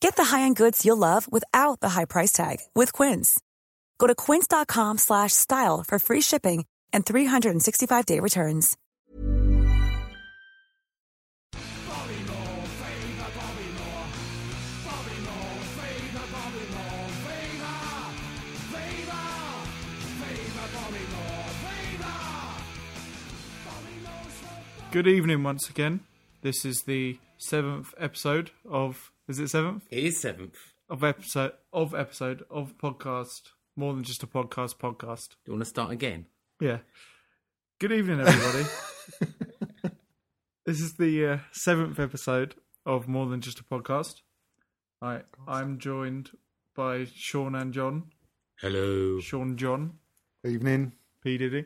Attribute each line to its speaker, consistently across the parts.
Speaker 1: Get the high-end goods you'll love without the high price tag with Quince. Go to quince.com slash style for free shipping and 365-day returns.
Speaker 2: Good evening once again. This is the seventh episode of is it seventh?
Speaker 3: It is seventh.
Speaker 2: Of episode of episode of podcast. More than just a podcast podcast.
Speaker 3: Do you want to start again?
Speaker 2: Yeah. Good evening everybody. this is the uh, seventh episode of More Than Just a Podcast. I I'm joined by Sean and John.
Speaker 3: Hello.
Speaker 2: Sean John.
Speaker 4: Evening.
Speaker 2: P. Diddy.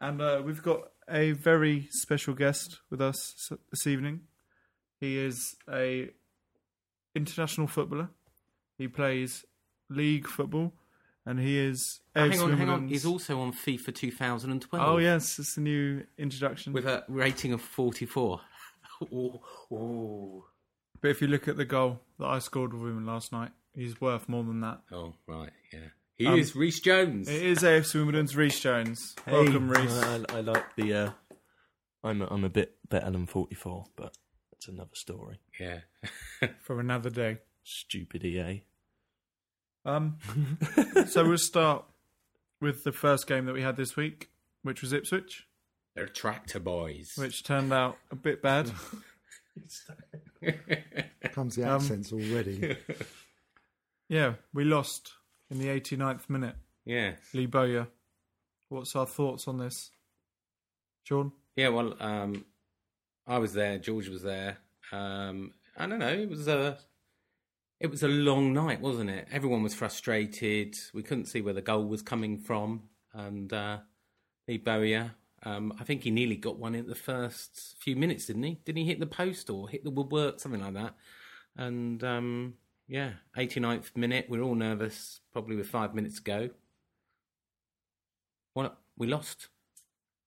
Speaker 2: And uh, we've got a very special guest with us s- this evening. He is a international footballer. He plays league football, and he is.
Speaker 3: Oh, hang on, hang on.
Speaker 2: ex-Wimbledon's-
Speaker 3: He's also on FIFA 2012.
Speaker 2: Oh yes, it's a new introduction.
Speaker 3: With a rating of 44. Ooh. Ooh.
Speaker 2: but if you look at the goal that I scored with him last night, he's worth more than that.
Speaker 3: Oh, right, yeah. He
Speaker 2: Um,
Speaker 3: is Reese Jones.
Speaker 2: It is AFC Wimbledon's Reece Jones.
Speaker 5: Hey,
Speaker 2: Welcome, Reece.
Speaker 5: I, I like the. Uh, I'm a, I'm a bit better than 44, but that's another story.
Speaker 3: Yeah.
Speaker 2: for another day.
Speaker 5: Stupid E EA.
Speaker 2: Um, so we'll start with the first game that we had this week, which was Ipswich.
Speaker 3: They're tractor boys.
Speaker 2: which turned out a bit bad.
Speaker 4: Comes the
Speaker 2: Um,
Speaker 4: accents already.
Speaker 2: yeah, we lost in the 89th minute.
Speaker 3: yeah.
Speaker 2: Lee Bowyer. What's our thoughts on this? Sean?
Speaker 3: Yeah, well, um, I was there. George was there. Um, I don't know. It was a it was a long night, wasn't it? Everyone was frustrated. We couldn't see where the goal was coming from, and uh, Lee Bowyer. Um, I think he nearly got one in the first few minutes, didn't he? Didn't he hit the post or hit the woodwork, something like that? And um, yeah, 89th minute. We're all nervous, probably with five minutes to go. What we lost.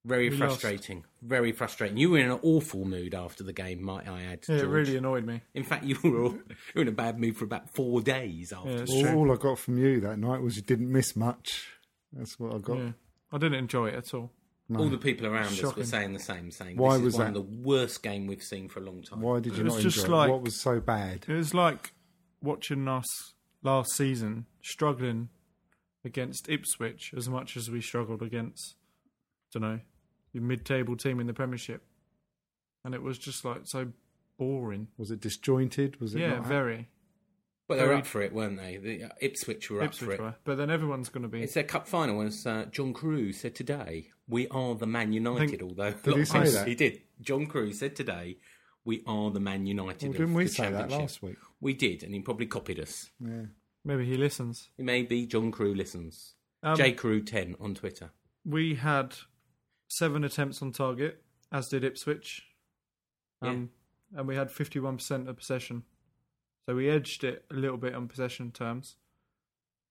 Speaker 3: Very
Speaker 2: We lost.
Speaker 3: frustrating. Very frustrating. You were in an awful mood after the game, might I add.
Speaker 2: Yeah, it
Speaker 3: George.
Speaker 2: really annoyed me.
Speaker 3: In fact, you were, all, you were in a bad mood for about four days after.
Speaker 2: Yeah, it's
Speaker 4: all,
Speaker 2: true.
Speaker 4: all I got from you that night was you didn't miss much. That's what I got.
Speaker 2: Yeah. I didn't enjoy it at all.
Speaker 4: No.
Speaker 3: All the people around us were
Speaker 2: Shocking.
Speaker 3: saying the same, saying
Speaker 4: Why
Speaker 3: this
Speaker 4: was
Speaker 3: is one of
Speaker 4: that?
Speaker 3: the worst game we've seen for a long time.
Speaker 4: Why did
Speaker 2: It
Speaker 4: you
Speaker 2: was
Speaker 4: not
Speaker 2: just
Speaker 4: enjoy
Speaker 2: like-
Speaker 4: it? What was so bad?
Speaker 2: It was like watching us last season struggling against Ipswich as much as we struggled against, don't know, your mid table team in the Premiership. And it was just like so boring.
Speaker 4: Was it disjointed? Was it
Speaker 2: yeah,
Speaker 4: not hap-
Speaker 2: very.
Speaker 3: But they were
Speaker 2: Very-
Speaker 3: up for it, weren't they? The uh, Ipswich were up
Speaker 2: Ipswich
Speaker 3: for it.
Speaker 2: were. But then everyone's going to be.
Speaker 3: It's their cup final, as uh, John Carew said today. We are the Man United, although
Speaker 4: Did he
Speaker 3: lots of
Speaker 4: say
Speaker 3: us-
Speaker 4: that?
Speaker 3: he did. John Carew said today, "We are the Man United."
Speaker 4: Well,
Speaker 3: of
Speaker 4: didn't we
Speaker 3: the
Speaker 4: say that
Speaker 3: championship."
Speaker 4: last week?
Speaker 3: We did, and he probably copied us.
Speaker 4: Yeah.
Speaker 2: Maybe he listens.
Speaker 3: Maybe John Carew listens.
Speaker 2: Um,
Speaker 3: J Crew ten on Twitter.
Speaker 2: We had seven attempts on target, as did Ipswich. Um, And we had 51% of possession. So we edged it a little bit on possession terms.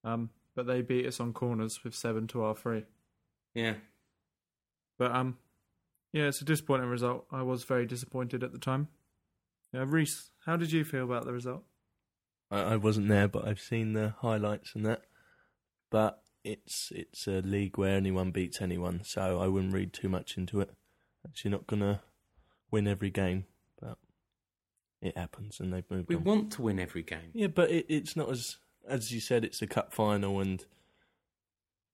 Speaker 2: Um, but they beat us on corners with 7 to our 3.
Speaker 3: Yeah,
Speaker 2: But um, yeah, it's a disappointing result. I was very disappointed at the time. Yeah, Reese, how did you feel about the result?
Speaker 5: I, I wasn't there, but I've seen the highlights and that. But it's it's a league where anyone beats anyone, so I wouldn't read too much into it. Actually, not gonna win every game, but it happens, and they've moved
Speaker 3: we
Speaker 5: on.
Speaker 3: want to win every game.
Speaker 5: Yeah, but it, it's not as as you said. It's a cup final, and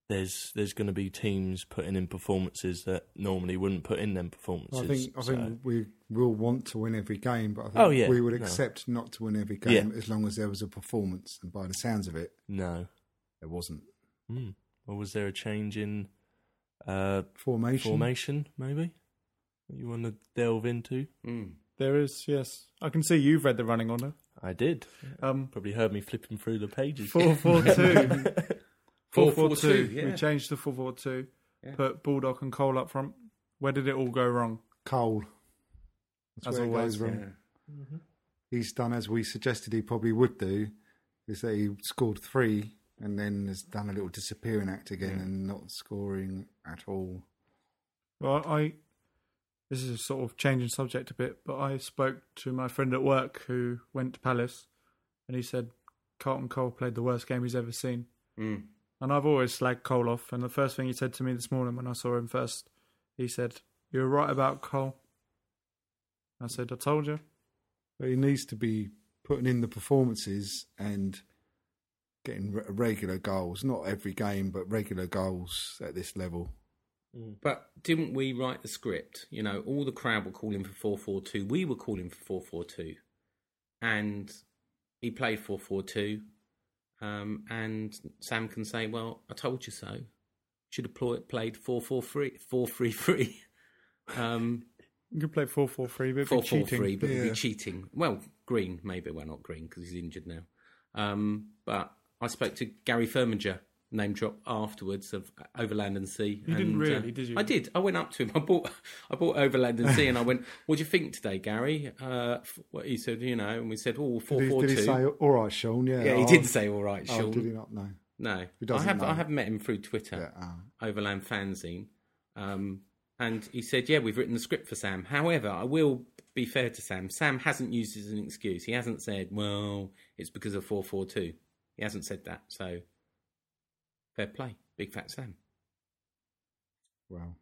Speaker 5: there's there's going to be teams putting in performances that normally wouldn't put in them performances.
Speaker 4: I think I think
Speaker 5: so-
Speaker 4: we will want to win every game, but I think
Speaker 5: Oh, yeah,
Speaker 4: we would
Speaker 5: no.
Speaker 4: accept not to win every game
Speaker 5: Yeah.
Speaker 4: as long as there was a performance. And by the sounds of it,
Speaker 5: no.
Speaker 4: there wasn't
Speaker 5: Hmm. Or was there a change in uh,
Speaker 4: formation.
Speaker 5: formation? Maybe that you want to delve into?
Speaker 3: Mm.
Speaker 2: There is, yes. I can see you've read the running order.
Speaker 5: I did.
Speaker 2: Um,
Speaker 5: Probably heard me flipping through the pages.
Speaker 2: 4-4-2. 4
Speaker 3: Four, four, two, yeah.
Speaker 2: We changed to 4 4 2,
Speaker 3: Yeah.
Speaker 2: put Bulldog and Cole up front. Where did it all go wrong?
Speaker 4: Cole. That's
Speaker 2: As
Speaker 4: where
Speaker 2: always, Mm-hmm.
Speaker 4: it goes wrong.
Speaker 3: Yeah.
Speaker 4: He's done as we suggested he probably would do. Is that he scored three and then has done a little disappearing act again and not scoring at all.
Speaker 2: Well, I. This is sort of changing subject a bit, but I spoke to my friend at work who went to Palace, and he said Carlton Cole played the worst game he's ever seen.
Speaker 3: Mm.
Speaker 2: And I've always slagged Cole off. And the first thing he said to me this morning when I saw him first, he said, "You're right about Cole." I said, "I told you."
Speaker 4: But he needs to be putting in the performances and getting re- regular goals. Not every game, but regular goals at this level.
Speaker 3: But didn't we write the script? You know, all the crowd were calling for four four two. We were calling for four four two, and he played four four two. Um, and Sam can say, "Well, I told you so. Should have pl- played four four three four three three. Um,
Speaker 2: You could play four four three, but it'd
Speaker 3: four
Speaker 2: be
Speaker 3: four
Speaker 2: cheating.
Speaker 3: three, but it'd
Speaker 4: Yeah.
Speaker 3: be cheating. Well, Green maybe. Well, not Green because he's injured now. Um, but I spoke to Gary Firminger, name drop afterwards of Overland and Sea.
Speaker 2: You didn't
Speaker 3: and, uh,
Speaker 2: really, did you?
Speaker 3: I did. I went up to him. I bought I bought Overland and Sea, and I went, "What do you think today, Gary?" Uh, f- what he said, you know, and we said, "Oh, four
Speaker 4: Did he,
Speaker 3: four
Speaker 4: did he
Speaker 3: two.
Speaker 4: say, all right, Sean? Yeah,
Speaker 3: yeah, he
Speaker 4: I'll-
Speaker 3: did say, "All right, Sean."
Speaker 4: Oh, did he not? No.
Speaker 3: No,
Speaker 4: He
Speaker 3: I
Speaker 4: doesn't
Speaker 3: have
Speaker 4: know.
Speaker 3: I have met him through Twitter,
Speaker 4: Yeah, uh-huh.
Speaker 3: Overland Fanzine, um, and he said, "Yeah, we've written the script for Sam." However, I will be fair to Sam. Sam hasn't used it as an excuse. He hasn't said, "Well, it's because of four four two. He hasn't said that. So, fair play, big fat Sam.
Speaker 4: Well,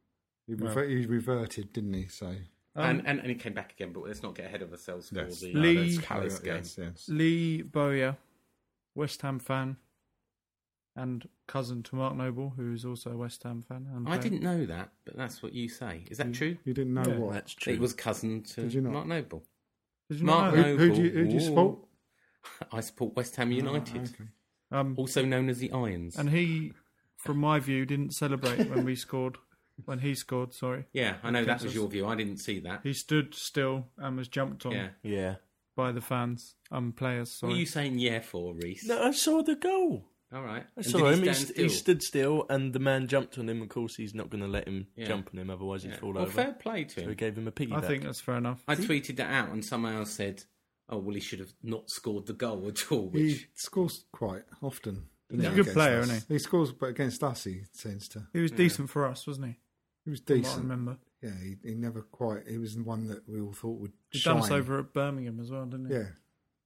Speaker 4: he,
Speaker 2: Well.
Speaker 4: rever- he reverted, didn't he? So
Speaker 2: Um,
Speaker 3: and, and and he came back again, but let's not get ahead of ourselves for
Speaker 4: Yes.
Speaker 3: the
Speaker 2: Lee-
Speaker 3: uh, that's Palace game.
Speaker 4: Yes, yes.
Speaker 2: Lee Bowyer, West Ham fan, and cousin to Mark Noble, who is also a West Ham fan. and
Speaker 3: I
Speaker 2: player.
Speaker 3: didn't know that, but that's what you say. Is that true?
Speaker 4: You didn't know
Speaker 2: Yeah.
Speaker 4: what.
Speaker 5: That's true.
Speaker 3: It was cousin to
Speaker 4: Did you not?
Speaker 3: Mark Noble.
Speaker 2: Did you not
Speaker 3: Mark
Speaker 4: Who,
Speaker 2: know?
Speaker 3: Noble.
Speaker 4: who do you, who do you
Speaker 3: Ooh.
Speaker 4: support?
Speaker 3: I support West Ham United,
Speaker 4: Ah, okay.
Speaker 2: Um,
Speaker 3: also known as the Irons.
Speaker 2: and he, from my view, didn't celebrate when we scored. When he scored, sorry,
Speaker 3: Yeah, I know
Speaker 2: think
Speaker 3: that was
Speaker 2: it's-
Speaker 3: your view. I didn't see that.
Speaker 2: he stood still and was jumped on
Speaker 3: Yeah.
Speaker 5: yeah.
Speaker 2: by the fans and players.
Speaker 3: What
Speaker 2: Sorry,
Speaker 3: are you saying yeah for, Reese?
Speaker 5: No, I saw the goal.
Speaker 3: All right.
Speaker 5: I
Speaker 3: And
Speaker 5: saw
Speaker 3: did
Speaker 5: him. He,
Speaker 3: stand
Speaker 5: st- he
Speaker 3: still?
Speaker 5: stood still, and the man jumped on him. Of course, he's not going to let him
Speaker 3: Yeah.
Speaker 5: jump on him, otherwise he'd
Speaker 3: Yeah.
Speaker 5: fall
Speaker 3: well,
Speaker 5: over.
Speaker 3: fair play to
Speaker 5: So
Speaker 3: him.
Speaker 5: he gave him a piggyback.
Speaker 2: I think that's fair enough.
Speaker 3: I tweeted that out, and someone else said, "Oh, well, he should have not scored the goal at all."
Speaker 4: He
Speaker 3: Which
Speaker 4: scores quite often.
Speaker 2: He's a
Speaker 4: doesn't he,
Speaker 2: good
Speaker 4: against
Speaker 2: player,
Speaker 4: us?
Speaker 2: isn't
Speaker 4: He scores, but against us, he tends to.
Speaker 2: He was decent for us, wasn't he?
Speaker 4: He was
Speaker 2: From what I
Speaker 4: decent.
Speaker 2: remember.
Speaker 4: Yeah, he, he never quite. He was the one that we all thought would
Speaker 2: He
Speaker 4: shine.
Speaker 2: done us over at Birmingham as well, didn't he?
Speaker 4: Yeah,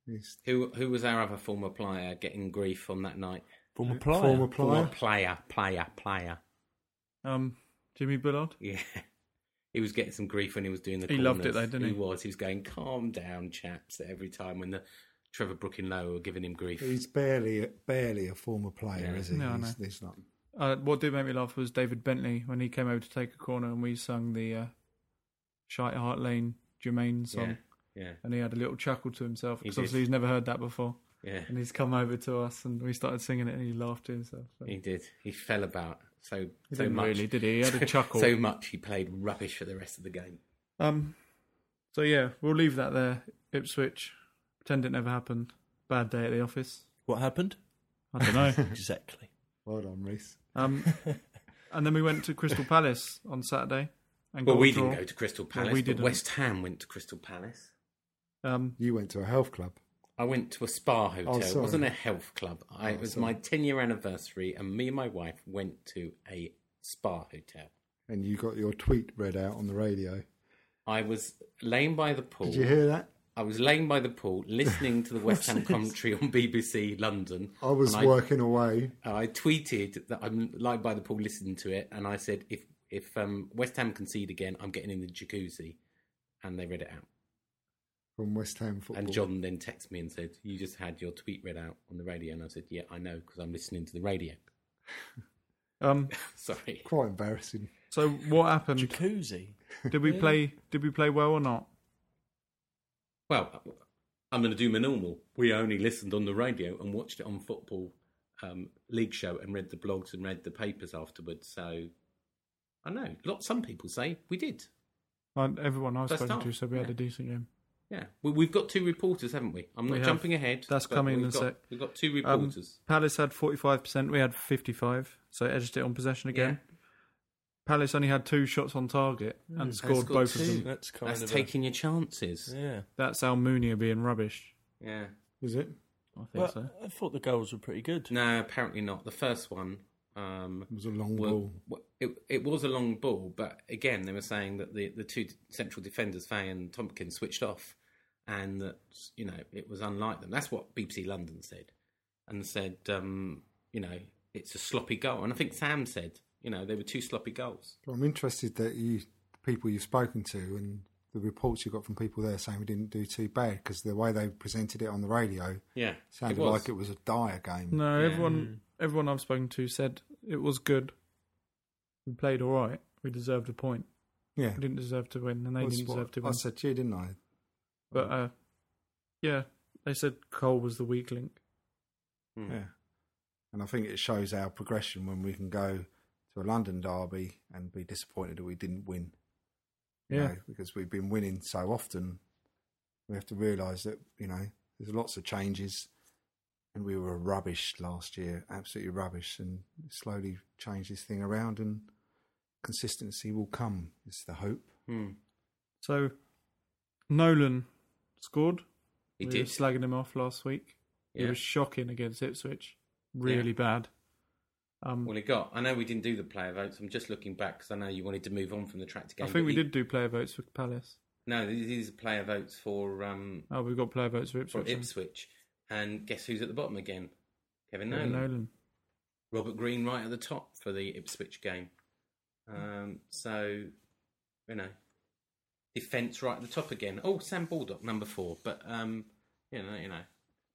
Speaker 4: he's
Speaker 3: who who was our other former player getting grief on that night?
Speaker 5: former player.
Speaker 4: former player.
Speaker 3: Former player, player, player.
Speaker 2: Um, Jimmy Bullard.
Speaker 3: Yeah. He was getting some grief when he was doing the.
Speaker 2: He loved it
Speaker 3: corners.
Speaker 2: though, didn't he?
Speaker 3: He was. He was going, "Calm down, chaps." Every time when the Trevor Brook and Lowe were giving him grief.
Speaker 4: He's barely barely a former player,
Speaker 3: Yeah.
Speaker 4: is he?
Speaker 2: No, I
Speaker 4: he's, he's not.
Speaker 2: Uh, what did make me laugh was David Bentley when he came over to take a corner and we sung the uh, Shite Heart Lane Jermaine song.
Speaker 3: yeah, yeah,
Speaker 2: And he had a little chuckle to himself
Speaker 3: He
Speaker 2: because
Speaker 3: did.
Speaker 2: obviously he's never heard that before.
Speaker 3: yeah.
Speaker 2: And he's come over to us and we started singing it and he laughed to himself. So-
Speaker 3: He did. He fell about so
Speaker 2: He
Speaker 3: so
Speaker 2: didn't
Speaker 3: much.
Speaker 2: really, did he? He had a
Speaker 3: so-
Speaker 2: chuckle.
Speaker 3: So much he played rubbish for the rest of the game.
Speaker 2: Um, so yeah, we'll leave that there. Ipswich, pretend it never happened. Bad day at the office.
Speaker 5: What happened?
Speaker 2: I don't know.
Speaker 5: Exactly.
Speaker 4: Well done, Reese.
Speaker 2: Um, and then we went to Crystal Palace on Saturday. And
Speaker 3: Well,
Speaker 2: got a
Speaker 3: we
Speaker 2: draw.
Speaker 3: didn't go to Crystal
Speaker 2: Well,
Speaker 3: Palace.
Speaker 2: we
Speaker 3: but
Speaker 2: didn't.
Speaker 3: West Ham went to Crystal Palace.
Speaker 2: Um,
Speaker 4: You went to a health club.
Speaker 3: I went to a spa hotel. it
Speaker 4: Oh, sorry.
Speaker 3: wasn't a health club. I,
Speaker 4: Oh,
Speaker 3: it was
Speaker 4: sorry.
Speaker 3: my ten-year anniversary, and me and my wife went to a spa hotel.
Speaker 4: And you got your tweet read out on the radio.
Speaker 3: I was laying by the pool.
Speaker 4: Did you hear that?
Speaker 3: I was laying by the pool, listening to the West Ham commentary on BBC London.
Speaker 4: I was
Speaker 3: and
Speaker 4: working away.
Speaker 3: I tweeted that I'm lying by the pool listening to it, and I said, if if um, West Ham concede again, I'm getting in the jacuzzi. And they read it out.
Speaker 4: from West Ham football.
Speaker 3: And John then texted me and said, You just had your tweet read out on the radio. And I said, Yeah, I know, because I'm listening to the radio.
Speaker 2: Um,
Speaker 3: Sorry.
Speaker 4: Quite embarrassing.
Speaker 2: so what happened?
Speaker 5: Jacuzzi.
Speaker 2: Did we play? Did we play well or not?
Speaker 3: Well, I'm going to do my normal. We only listened on the radio and watched it on football um, league show and read the blogs and read the papers afterwards. So I know. Lot some people say we did.
Speaker 2: Like everyone I've
Speaker 3: First
Speaker 2: spoken
Speaker 3: half,
Speaker 2: to said we had
Speaker 3: yeah.
Speaker 2: a decent game.
Speaker 3: Yeah, we, we've got two reporters, haven't we? I'm not
Speaker 2: We have.
Speaker 3: jumping ahead.
Speaker 2: That's
Speaker 3: but
Speaker 2: coming in
Speaker 3: we've
Speaker 2: a
Speaker 3: got,
Speaker 2: sec.
Speaker 3: We've got two
Speaker 2: Um,
Speaker 3: reporters.
Speaker 2: Palace had 45%, we had 55 so edged it on possession again. Palace only had two shots on target and scored
Speaker 3: scored
Speaker 2: both
Speaker 3: two.
Speaker 2: of them.
Speaker 5: That's kind
Speaker 3: That's
Speaker 5: of a-
Speaker 3: taking your chances.
Speaker 5: yeah.
Speaker 2: That's Almunia being rubbish.
Speaker 3: Yeah.
Speaker 2: Is it? I think
Speaker 5: Well,
Speaker 2: so.
Speaker 5: I thought the goals were pretty good.
Speaker 3: No, apparently not. The first one um,
Speaker 4: It was a long
Speaker 3: were-
Speaker 4: ball.
Speaker 3: w- It, it was a long ball, but again, they were saying that the, the two central defenders, Fay and Tompkins, switched off, and that you know it was unlike them. That's what BBC London said, and said um, you know it's a sloppy goal, and I think Sam said you know they were two sloppy goals.
Speaker 4: But I'm interested that you, the people you've spoken to, and the reports you got from people there saying we didn't do too bad because the way they presented it on the radio
Speaker 3: Yeah,
Speaker 4: sounded like it was a dire game. Mm.
Speaker 2: No,
Speaker 3: Yeah. Mm.
Speaker 2: everyone everyone I've spoken to said it was good. We played all right. We deserved a point.
Speaker 4: Yeah,
Speaker 2: We didn't deserve to win, and they
Speaker 4: That's
Speaker 2: didn't
Speaker 4: what
Speaker 2: deserve to
Speaker 4: I
Speaker 2: win.
Speaker 4: said to you, didn't I?
Speaker 2: But uh, yeah, they said Cole was the weak link.
Speaker 3: Mm.
Speaker 5: Hmm.
Speaker 4: Yeah. And I think it shows our progression when we can go to a London derby and be disappointed that we didn't win. you
Speaker 2: Yeah.
Speaker 4: know, because we've been winning so often, we have to realise that, you know, there's lots of changes and we were rubbish last year, absolutely rubbish, and slowly change this thing around and consistency will come, is the hope.
Speaker 3: Mm.
Speaker 2: So Nolan scored.
Speaker 3: He
Speaker 2: we
Speaker 3: did.
Speaker 2: were slagging him off last week. He
Speaker 3: Yeah.
Speaker 2: was shocking against Ipswich. Really bad. Um,
Speaker 3: Well, he got. I know we didn't do the player votes. I'm just looking back because I know you wanted to move on from the tractor game.
Speaker 2: I
Speaker 3: but
Speaker 2: think we
Speaker 3: he-
Speaker 2: did do player votes for Palace.
Speaker 3: No, these these are player votes for um,
Speaker 2: Oh, we've got player votes for
Speaker 3: for
Speaker 2: Ipswich. then.
Speaker 3: Ipswich. And guess who's at the bottom again? Kevin
Speaker 2: Kevin
Speaker 3: Nolan.
Speaker 2: Nolan.
Speaker 3: Robert Green right at the top for the Ipswich game. Um, so, you know, defence right at the top again. Oh, Sam Baldock, number four. But, um, you know, you know.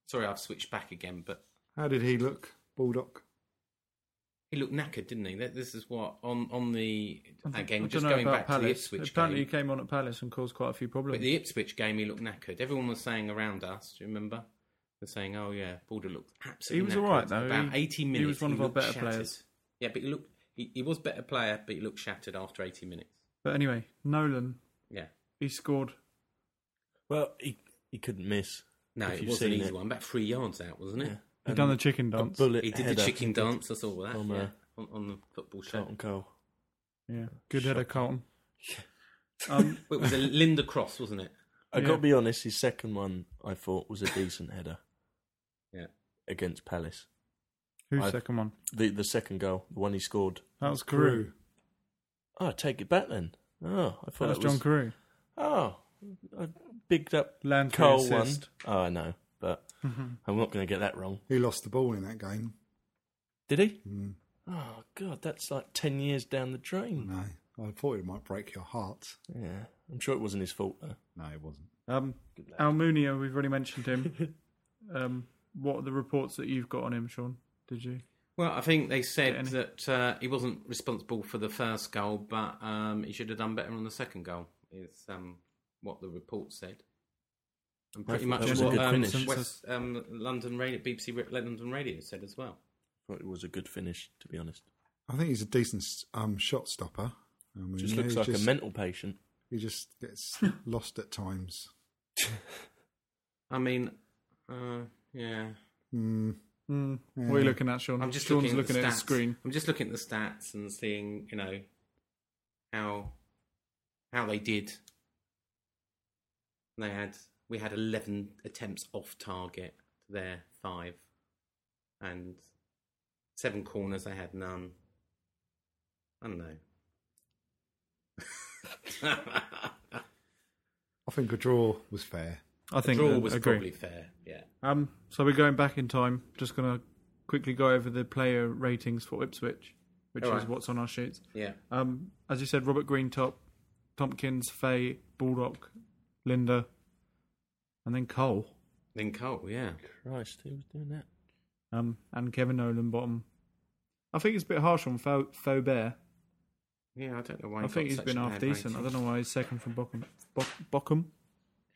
Speaker 3: Sorry, I've switched back again, but
Speaker 4: How did he look, Baldock?
Speaker 3: he looked knackered, didn't he? That- This is what on on the
Speaker 2: I
Speaker 3: again.
Speaker 2: don't
Speaker 3: just
Speaker 2: know
Speaker 3: going
Speaker 2: about
Speaker 3: back to the
Speaker 2: Palace.
Speaker 3: Ipswich
Speaker 2: Apparently,
Speaker 3: game.
Speaker 2: he came on at Palace and caused quite a few problems.
Speaker 3: But the Ipswich game, he looked knackered. Everyone was saying around us, do you remember? They're saying, oh, yeah, Balder looked absolutely
Speaker 2: He was
Speaker 3: knackered.
Speaker 2: all right, though.
Speaker 3: About
Speaker 2: He-
Speaker 3: 80
Speaker 2: he
Speaker 3: minutes.
Speaker 2: was one of our
Speaker 3: looked
Speaker 2: better
Speaker 3: shattered.
Speaker 2: players.
Speaker 3: Yeah, but he looked. He, he was better player, but he looked shattered after 80 minutes.
Speaker 2: But anyway, Nolan
Speaker 3: Yeah.
Speaker 2: he scored.
Speaker 5: Well, he he couldn't miss.
Speaker 3: No,
Speaker 5: If
Speaker 3: it
Speaker 5: you've
Speaker 3: was an
Speaker 5: seen
Speaker 3: easy
Speaker 5: it.
Speaker 3: one. About three yards out, wasn't it?
Speaker 5: Yeah.
Speaker 2: He
Speaker 5: And
Speaker 2: done the chicken
Speaker 5: a
Speaker 2: dance.
Speaker 5: bullet
Speaker 3: He did the
Speaker 5: header
Speaker 3: chicken
Speaker 5: he did
Speaker 3: dance. I saw that.
Speaker 5: From,
Speaker 3: yeah,
Speaker 5: uh,
Speaker 3: on, on the football show.
Speaker 5: Charlton Cole.
Speaker 2: Yeah, good header, Carlton. Um,
Speaker 3: Well, it was a Linda Cross, wasn't it?
Speaker 5: I
Speaker 2: Yeah.
Speaker 5: got to be honest. His second one, I thought, was a decent header
Speaker 3: Yeah.
Speaker 5: against Palace.
Speaker 2: who's
Speaker 5: I-
Speaker 2: second one?
Speaker 5: The the second goal, the one he scored.
Speaker 2: That was Carew.
Speaker 5: Oh, I take it back then. Oh, I
Speaker 2: That
Speaker 5: thought
Speaker 2: was
Speaker 5: it
Speaker 2: John Carew.
Speaker 5: Oh, I bigged up
Speaker 2: Landry
Speaker 5: Cole
Speaker 2: assist.
Speaker 5: one. Oh, I know, but I'm not going to get that wrong.
Speaker 4: Mm-hmm. He lost the ball in that game.
Speaker 5: Did he?
Speaker 4: Mm,
Speaker 5: Oh God, that's like ten years down the drain.
Speaker 4: no, I thought it might break your heart.
Speaker 5: Yeah, I'm sure it wasn't his fault though.
Speaker 4: No, it wasn't.
Speaker 2: Um, Almunia, we've already mentioned him. um, what are the reports that you've got on him, Sean? Did you?
Speaker 3: Well, I think they
Speaker 2: Get
Speaker 3: said
Speaker 2: any?
Speaker 3: that uh, he wasn't responsible for the first goal, but um, he should have done better on the second goal. Is um, what the report said, and pretty
Speaker 5: That
Speaker 3: much
Speaker 2: was a
Speaker 3: what
Speaker 2: good
Speaker 3: um,
Speaker 2: finish.
Speaker 3: West um, London Radio, BBC Re- London Radio said as well.
Speaker 5: Thought it was a good finish, to be honest.
Speaker 4: I think he's a decent um, shot stopper. I mean,
Speaker 5: Just
Speaker 4: yeah,
Speaker 5: looks
Speaker 4: he
Speaker 5: like
Speaker 4: just-
Speaker 5: a mental patient.
Speaker 4: He just gets lost at times.
Speaker 3: I mean, uh, yeah,
Speaker 4: Mm,
Speaker 2: Mm,
Speaker 4: Yeah.
Speaker 2: What are you looking at, Sean?
Speaker 3: I'm just
Speaker 2: Sean's
Speaker 3: looking, at, the
Speaker 2: his
Speaker 3: stats.
Speaker 2: screen.
Speaker 3: I'm just looking at the stats and seeing, you know, how how they did. They had we had 11 attempts off target to their five, and seven corners. They had none. I don't know.
Speaker 4: I think a draw was fair.
Speaker 2: I think
Speaker 3: draw
Speaker 2: that-
Speaker 3: was
Speaker 2: agree.
Speaker 3: probably fair. Yeah.
Speaker 2: Um, so we're going back in time. Just gonna quickly go over the player ratings for Ipswich, which
Speaker 3: All
Speaker 2: is
Speaker 3: right.
Speaker 2: what's on our sheets.
Speaker 3: Yeah.
Speaker 2: Um, as you said, Robert Greentop, Tompkins, Fay, Baldock, Linda, and then Cole,
Speaker 3: Then Cole. Yeah.
Speaker 5: Christ, who was doing that?
Speaker 2: um, and Kevin Nolan bottom. I think it's a bit harsh on Fau- Faubert.
Speaker 3: Yeah, I don't know why.
Speaker 2: I
Speaker 3: he
Speaker 2: think
Speaker 3: got
Speaker 2: he's
Speaker 3: such
Speaker 2: been
Speaker 3: a
Speaker 2: half
Speaker 3: bad
Speaker 2: decent. I
Speaker 3: rating.
Speaker 2: don't know why he's second from Bockham. Bo- Bockham.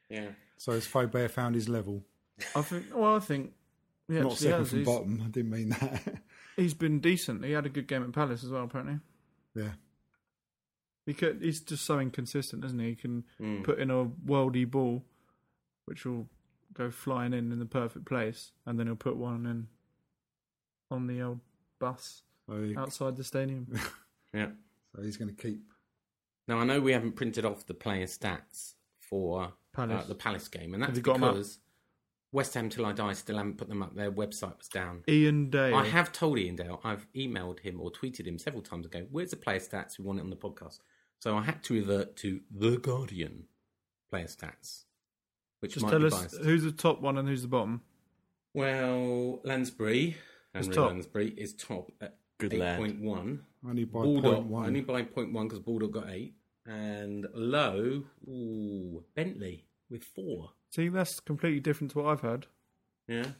Speaker 3: Yeah.
Speaker 4: So has Faubert found his level?
Speaker 2: I think. Well, I think. He
Speaker 4: Not
Speaker 2: actually
Speaker 4: second
Speaker 2: has.
Speaker 4: from
Speaker 2: He's-
Speaker 4: bottom. I didn't mean that.
Speaker 2: he's been decent. He had a good game at Palace as well, apparently.
Speaker 4: yeah.
Speaker 2: He could, he's just so inconsistent, isn't he? He can
Speaker 3: Mm.
Speaker 2: put in a worldy ball, which will go flying in in the perfect place, and then he'll put one in on the old bus
Speaker 3: Oh,
Speaker 4: So, he-
Speaker 2: outside the stadium.
Speaker 3: Yeah.
Speaker 4: so he's going to keep.
Speaker 3: Now I know we haven't printed off the player stats for
Speaker 2: Palace.
Speaker 3: Uh, the Palace game, and
Speaker 2: Have
Speaker 3: that's
Speaker 2: you got 'em up?
Speaker 3: because West Ham till I die still haven't put them up. Their website was down.
Speaker 2: Ian Dale.
Speaker 3: I have told Ian Dale. I've emailed him or tweeted him several times ago. Where's the player stats? We want it on the podcast. So I had to revert to the Guardian player stats, which
Speaker 2: Just
Speaker 3: might
Speaker 2: tell
Speaker 3: be
Speaker 2: us
Speaker 3: biased.
Speaker 2: who's the top one and who's the bottom.
Speaker 3: Well, Lansbury,
Speaker 2: Is
Speaker 3: Henry
Speaker 2: top.
Speaker 3: Lansbury is top at
Speaker 5: Good
Speaker 3: eight
Speaker 5: lad.
Speaker 3: point one.
Speaker 4: Only by point
Speaker 3: Bulldog
Speaker 4: one.
Speaker 3: only by point one because Bulldog got eight, and low. Ooh, Bentley with four.
Speaker 2: See, that's completely different to what I've had.
Speaker 3: Yeah,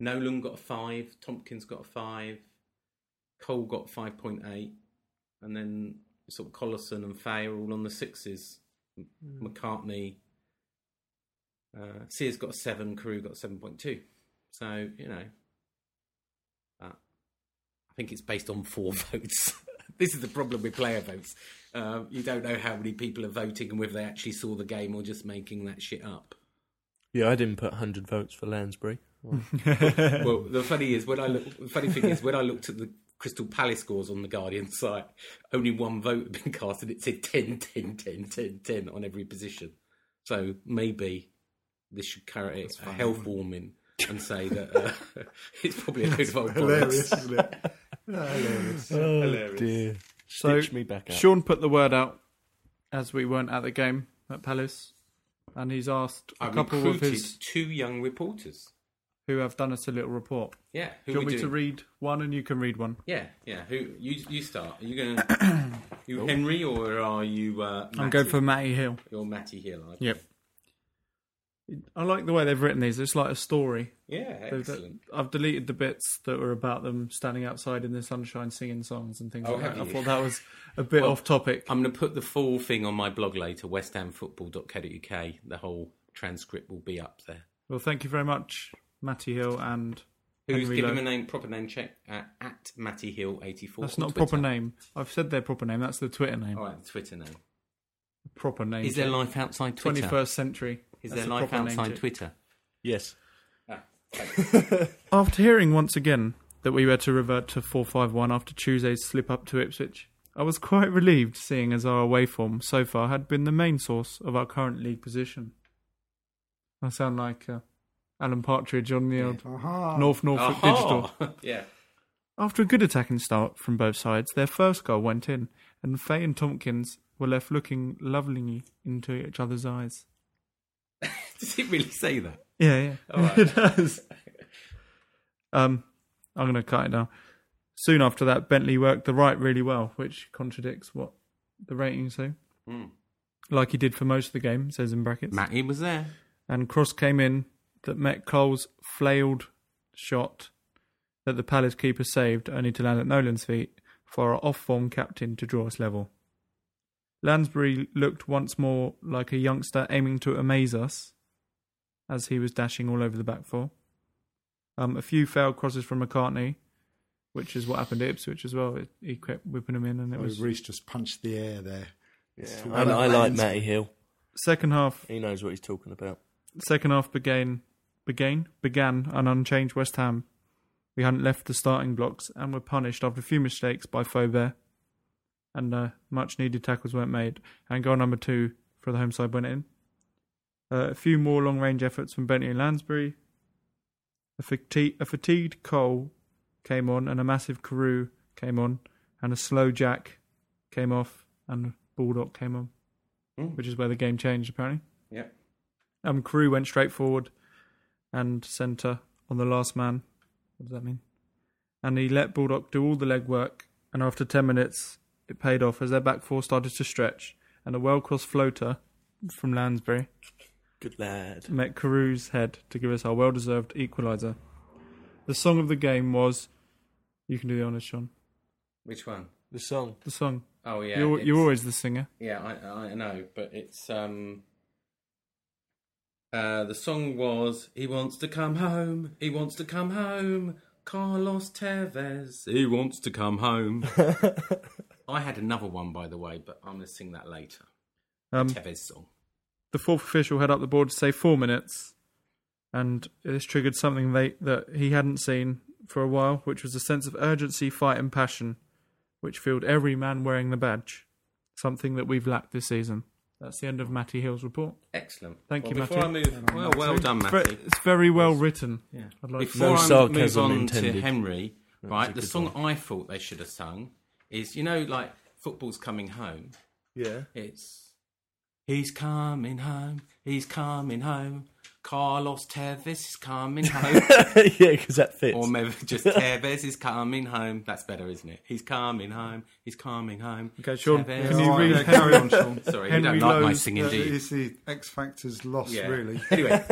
Speaker 3: Nolan got a five. Tompkins got a five. Cole got five point eight, and then sort of Collison and Fay are all on the sixes. M- McCartney, uh, Sears got a seven. Carew got seven point two. So you know, uh, I think it's based on four votes. this is the problem with player votes. Uh, you don't know how many people are voting and whether they actually saw the game or just making that shit up.
Speaker 5: Yeah, I didn't put 100 votes for Lansbury.
Speaker 3: Well, the funny is when I look, the funny thing is when I looked at the Crystal Palace scores on the Guardian site, only one vote had been cast, and it said 10, 10, 10, 10, 10 on every position. So maybe this should carry
Speaker 4: That's
Speaker 3: a
Speaker 4: funny.
Speaker 3: health warming and say that uh, it's probably a load of old
Speaker 4: hilarious,
Speaker 3: bollocks.
Speaker 4: isn't it? hilarious.
Speaker 5: Oh,
Speaker 3: Hilarious.
Speaker 5: dear.
Speaker 2: So,
Speaker 5: Stitch me back up.
Speaker 2: Sean put the word out as we weren't at the game at Palace, and he's asked a
Speaker 3: I
Speaker 2: couple
Speaker 3: recruited
Speaker 2: of his
Speaker 3: two young reporters.
Speaker 2: who have done us a little report.
Speaker 3: Yeah,
Speaker 2: Do
Speaker 3: who
Speaker 2: you
Speaker 3: we
Speaker 2: want me to
Speaker 3: doing?
Speaker 2: read one and you can read one?
Speaker 3: Yeah, yeah. Who you you start? Are you gonna you Henry or are you? Uh,
Speaker 2: I'm
Speaker 3: Matty?
Speaker 2: going for Matty Hill.
Speaker 3: You're Matty Hill. aren't you?
Speaker 2: Yep. I like the way they've written these. It's like a story.
Speaker 3: Yeah,
Speaker 2: They've-
Speaker 3: excellent.
Speaker 2: I've deleted the bits that were about them standing outside in the sunshine singing songs and things
Speaker 3: Oh,
Speaker 2: like that.
Speaker 3: have
Speaker 2: I
Speaker 3: you?
Speaker 2: thought that was a bit
Speaker 3: Well,
Speaker 2: off topic.
Speaker 3: I'm going to put the full thing on my blog later, westhamfootball.co.uk. The whole transcript will be up there.
Speaker 2: Well, thank you very much, Matty Hill and
Speaker 3: Who's
Speaker 2: Henry
Speaker 3: give
Speaker 2: Lowe.
Speaker 3: him a name, proper name check uh, at Matty Hill 84.
Speaker 2: That's not a proper name. I've said their proper name. That's the Twitter name.
Speaker 3: All right, Twitter name.
Speaker 2: Proper name.
Speaker 3: Is there life outside Twitter?
Speaker 2: Twenty first century.
Speaker 3: Is
Speaker 2: That's
Speaker 3: there
Speaker 2: the
Speaker 3: life
Speaker 2: proper name
Speaker 3: outside
Speaker 2: to-
Speaker 3: Twitter?
Speaker 5: Yes.
Speaker 3: Ah,
Speaker 2: After hearing once again that we were to revert to four five one after Tuesday's slip up to Ipswich, I was quite relieved seeing as our away form so far had been the main source of our current league position. I sound like uh, Alan Partridge on the old
Speaker 4: Aha.
Speaker 2: North Norfolk
Speaker 3: Aha!
Speaker 2: Digital.
Speaker 3: yeah.
Speaker 2: After a good attacking start from both sides, their first goal went in, and Fay and Tompkins were left looking lovingly into each other's eyes.
Speaker 3: Does it really say that?
Speaker 2: Yeah, yeah.
Speaker 3: All right.
Speaker 2: it does. Um, I'm going to cut it down. Soon after that, Bentley worked the right really well, which contradicts what the ratings say.
Speaker 3: Mm.
Speaker 2: Like he did for most of the game, says in brackets.
Speaker 3: Matty was there.
Speaker 2: And cross came in that met Cole's flailed shot that the Palace keeper saved, only to land at Nolan's feet for our off-form captain to draw us level. Lansbury looked once more like a youngster aiming to amaze us as he was dashing all over the back four. Um, a few failed crosses from McCartney, which is what happened to Ipswich as well. It, he kept whipping them in, and it
Speaker 4: Oh,
Speaker 2: was
Speaker 4: Reece just punched the air there. It's
Speaker 5: And
Speaker 4: all
Speaker 5: I
Speaker 4: about
Speaker 5: like
Speaker 4: Lansbury.
Speaker 5: Matty Hill.
Speaker 2: second half.
Speaker 5: He knows what he's talking about.
Speaker 2: Second half began began began an unchanged West Ham. We hadn't left the starting blocks and were punished after a few mistakes by Faubert, and uh, much needed tackles weren't made. And goal number two for the home side went in. Uh, a few more long range efforts from Bentley and Lansbury. A, fati- a fatigued Cole came on, and a massive Carew came on, and a slow Jack came off, and Baldock came on,
Speaker 3: Mm.
Speaker 2: which is where the game changed apparently.
Speaker 3: Yep.
Speaker 2: Um, Crew went straight forward and centre on the last man. What does that mean? And he let Bulldog do all the legwork, and after 10 minutes, it paid off as their back four started to stretch, and a well crossed floater from Lansbury
Speaker 5: Good lad.
Speaker 2: met Carew's head to give us our well deserved equaliser. The song of the game was. You can do the honours, Sean.
Speaker 3: Which one?
Speaker 5: The song.
Speaker 2: The song.
Speaker 3: Oh yeah,
Speaker 2: you're, you're
Speaker 3: it's-
Speaker 2: always the singer.
Speaker 3: Yeah, I, I know, but it's um. Uh, the song was "He wants to come home. He wants to come home." Carlos Tevez. He wants to come home. I had another one, by the way, but I'm going to sing that later.
Speaker 2: Um,
Speaker 3: Tevez song.
Speaker 2: the fourth official had up the board to say four minutes, and this triggered something they, that he hadn't seen for a while, which was a sense of urgency, fight, and passion, which filled every man wearing the badge. Something that we've lacked this season. That's the end of Matty Hill's report.
Speaker 3: Excellent.
Speaker 2: Thank
Speaker 3: well,
Speaker 2: you,
Speaker 3: before
Speaker 2: Matty.
Speaker 3: I move, well, well done,
Speaker 2: It's ver-
Speaker 3: Matty.
Speaker 2: It's very well written.
Speaker 3: Yeah.
Speaker 2: I'd like
Speaker 3: Before
Speaker 5: No
Speaker 3: I move
Speaker 5: sarcasm
Speaker 3: on to
Speaker 5: intended.
Speaker 3: Henry,
Speaker 5: That was
Speaker 3: right,
Speaker 5: a
Speaker 3: the
Speaker 5: good
Speaker 3: song
Speaker 5: one.
Speaker 3: I thought they should have sung is, you know, like football's coming home.
Speaker 5: Yeah.
Speaker 3: It's he's coming home, he's coming home. Carlos Tevez is coming home,
Speaker 5: yeah, because that fits.
Speaker 3: or maybe just Tevez is coming home. That's better, isn't it? He's coming home, he's coming home.
Speaker 2: Okay, Sean,
Speaker 3: Tevez-
Speaker 2: can you
Speaker 4: All right,
Speaker 2: read
Speaker 4: yeah, carry on, Sean.
Speaker 3: Sorry,
Speaker 2: Henry
Speaker 3: you don't like my
Speaker 2: Lowe's,
Speaker 3: singing,
Speaker 4: Uh,
Speaker 3: do you?
Speaker 4: It's the X Factor's loss,
Speaker 3: Yeah.
Speaker 4: really.
Speaker 3: Anyway,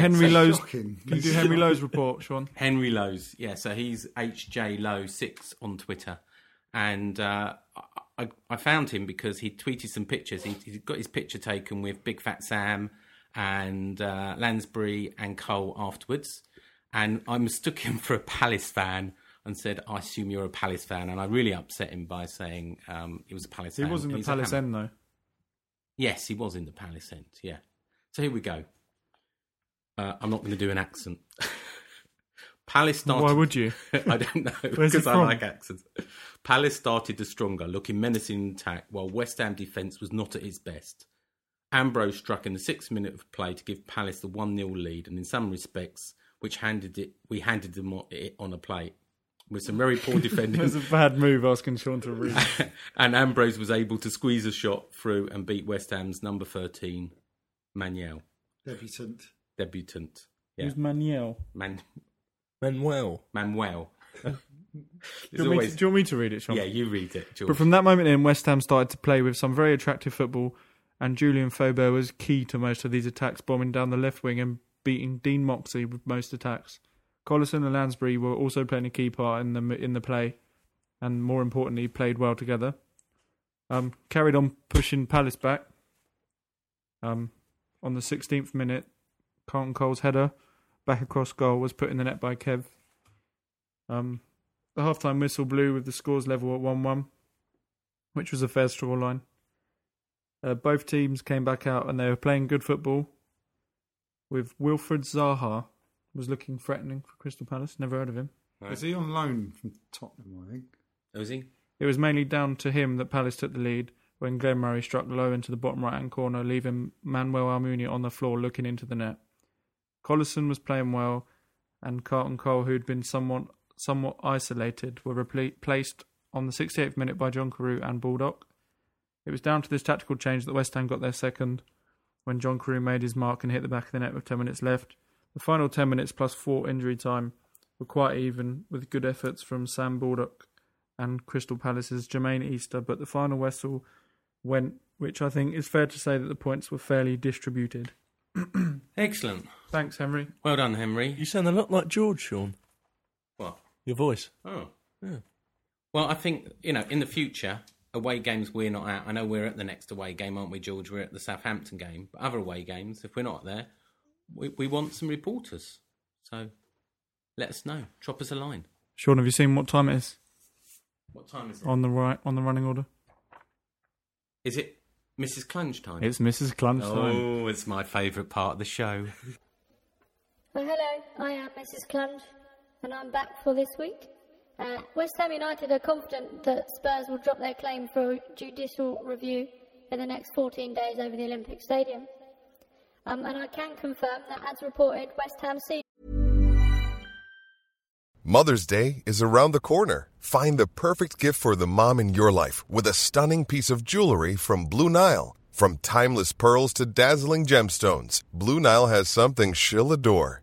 Speaker 2: Henry
Speaker 3: so-
Speaker 2: Lowe's? Can
Speaker 4: Shocking.
Speaker 2: you do Henry Lowe's report, Sean?
Speaker 3: Henry Lowe's, yeah. So he's HJ Lowe six on Twitter, and uh, I, I found him because he tweeted some pictures. He, he got his picture taken with Big Fat Sam and uh, Lansbury and Cole afterwards, and I mistook him for a Palace fan and said, "I assume you're a Palace fan," and I really upset him by saying um, he was a Palace
Speaker 2: He
Speaker 3: fan.
Speaker 2: was in
Speaker 3: and
Speaker 2: the
Speaker 3: he's a
Speaker 2: Palace
Speaker 3: Hammer.
Speaker 2: End, though.
Speaker 3: Yes, he was in the Palace End. Yeah. So here we go. Uh, I'm not going to do an accent. Palace started.
Speaker 2: Why would you?
Speaker 3: I don't know
Speaker 2: Where's it
Speaker 3: because I
Speaker 2: from?
Speaker 3: like accents. Palace started the stronger, looking menacing in attack, while West Ham defence was not at its best. Ambrose struck in the sixth minute of play to give Palace the one 0 lead, and in some respects, which handed it, we handed them o- it on a plate with some very poor
Speaker 2: It
Speaker 3: defending
Speaker 2: was a bad move asking Sean to read.
Speaker 3: and Ambrose was able to squeeze a shot through and beat West Ham's number 13, Manuel,
Speaker 4: Debutant.
Speaker 3: debutant.
Speaker 2: It
Speaker 3: Yeah,
Speaker 2: was Manuel.
Speaker 3: Man-
Speaker 5: Manuel.
Speaker 3: Manuel.
Speaker 2: Do
Speaker 3: There's
Speaker 2: you, want me
Speaker 3: always,
Speaker 2: to, do you want me to read it, Sean?
Speaker 3: yeah, you read it, George.
Speaker 2: But from that moment in, West Ham started to play with some very attractive football, and Julian Faubert was key to most of these attacks, bombing down the left wing and beating Dean Moxey with most attacks. Collison and Lansbury were also playing a key part in the in the play, and more importantly, played well together. Um, carried on pushing Palace back. Um, on the 16th minute, Carlton Cole's header back across goal was put in the net by Kev. Um, the halftime whistle blew with the scores level at 1 1 which was a fair straw line. Uh, both teams came back out and they were playing good football. With Wilfred Zaha was looking threatening for Crystal Palace. Never heard of him.
Speaker 3: Right.
Speaker 4: Is he on loan from Tottenham, I think?
Speaker 3: Oh, is he?
Speaker 2: It was mainly down to him that Palace took the lead when Glenn Murray struck low into the bottom right hand corner, leaving Manuel Almunia on the floor looking into the net. Collison was playing well, and Carlton Cole, who'd been somewhat somewhat isolated, were repla- placed on the 68th minute by John Carew and Baldock. It was down to this tactical change that West Ham got their second when John Carew made his mark and hit the back of the net with 10 minutes left. The final 10 minutes plus four injury time were quite even with good efforts from Sam Baldock and Crystal Palace's Jermaine Easter, but the final whistle went, which I think is fair to say that the points were fairly distributed.
Speaker 3: Excellent.
Speaker 2: Thanks, Henry.
Speaker 3: Well done, Henry.
Speaker 5: You sound a lot like George, Sean.
Speaker 3: What?
Speaker 5: Your voice.
Speaker 3: Oh.
Speaker 5: Yeah.
Speaker 3: Well, I think, you know, in the future, away games we're not at. I know we're at the next away game, aren't we, George? We're at the Southampton game. But other away games, if we're not there, we, we want some reporters. So let us know. Drop us a line.
Speaker 2: Sean, have you seen what time it is
Speaker 3: What time is it?
Speaker 2: on the right on the running order?
Speaker 3: Is it Mrs. Clunge time?
Speaker 2: It's Mrs. Clunch time.
Speaker 3: oh, it's my favourite part of the show.
Speaker 6: Well, hello, I am Mrs. Clunge, and I'm back for this week. Uh, West Ham United are confident that Spurs will drop their claim for a judicial review in the next 14 days over the Olympic Stadium. Um, and I can confirm that, as reported, West Ham senior
Speaker 7: Mother's Day is around the corner. Find the perfect gift for the mom in your life with a stunning piece of jewelry from Blue Nile. From timeless pearls to dazzling gemstones, Blue Nile has something she'll adore.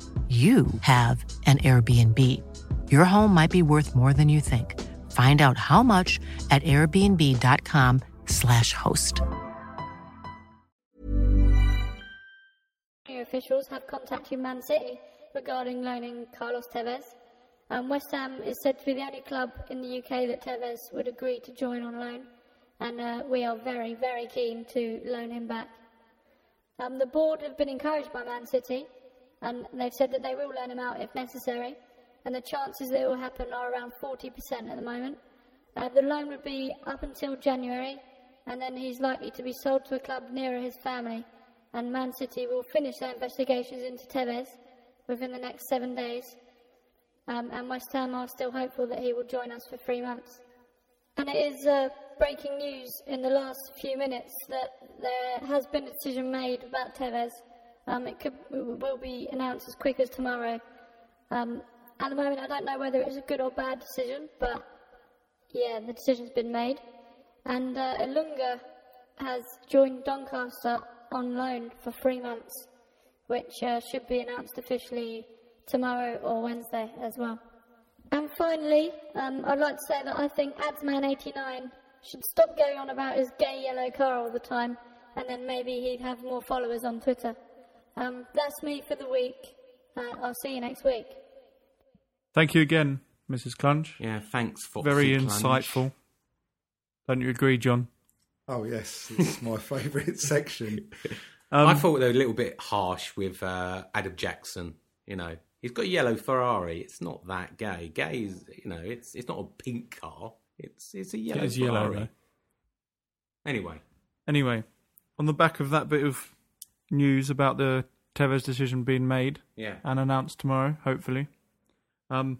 Speaker 8: you have an Airbnb. Your home might be worth more than you think. Find out how much at airbnb.com/slash host.
Speaker 6: New officials have contacted Man City regarding loaning Carlos Tevez, and West Ham is said to be the only club in the UK that Tevez would agree to join on loan, and uh, we are very, very keen to loan him back. Um, the board have been encouraged by Man City, and they've said that they will loan him out if necessary, and the chances that it will happen are around 40% at the moment. Uh, the loan would be up until January, and then he's likely to be sold to a club nearer his family, and Man City will finish their investigations into Tevez within the next seven days, um, and West Ham are still hopeful that he will join us for three months. And it is uh, breaking news in the last few minutes that there has been a decision made about Tevez. Um, it could it will be announced as quick as tomorrow. Um, at the moment, I don't know whether it's a good or bad decision, but yeah, the decision's been made. And uh, Ilunga has joined Doncaster on loan for three months, which uh, should be announced officially tomorrow or Wednesday as well. And finally, um, I'd like to say that I think Adsman89 should stop going on about his gay yellow car all the time, and then maybe he'd have more followers on Twitter. Um, that's me for the week. Uh, I'll see you next week.
Speaker 2: Thank you again, Mrs. Clunge.
Speaker 3: Yeah, thanks, Foxy
Speaker 2: Very
Speaker 3: Plunge.
Speaker 2: insightful. Don't you agree, John?
Speaker 4: Oh yes, it's my favourite section.
Speaker 2: Um,
Speaker 3: I thought they were a little bit harsh with uh, Adam Jackson. You know, he's got a yellow Ferrari. It's not that gay. Gay is, you know, it's it's not a pink car. It's it's a yellow
Speaker 2: is yellow,
Speaker 3: Ferrari.
Speaker 2: though.
Speaker 3: anyway,
Speaker 2: Anyway, on the back of that bit of news about the Tevez decision being made
Speaker 3: yeah,
Speaker 2: and announced tomorrow, hopefully, um,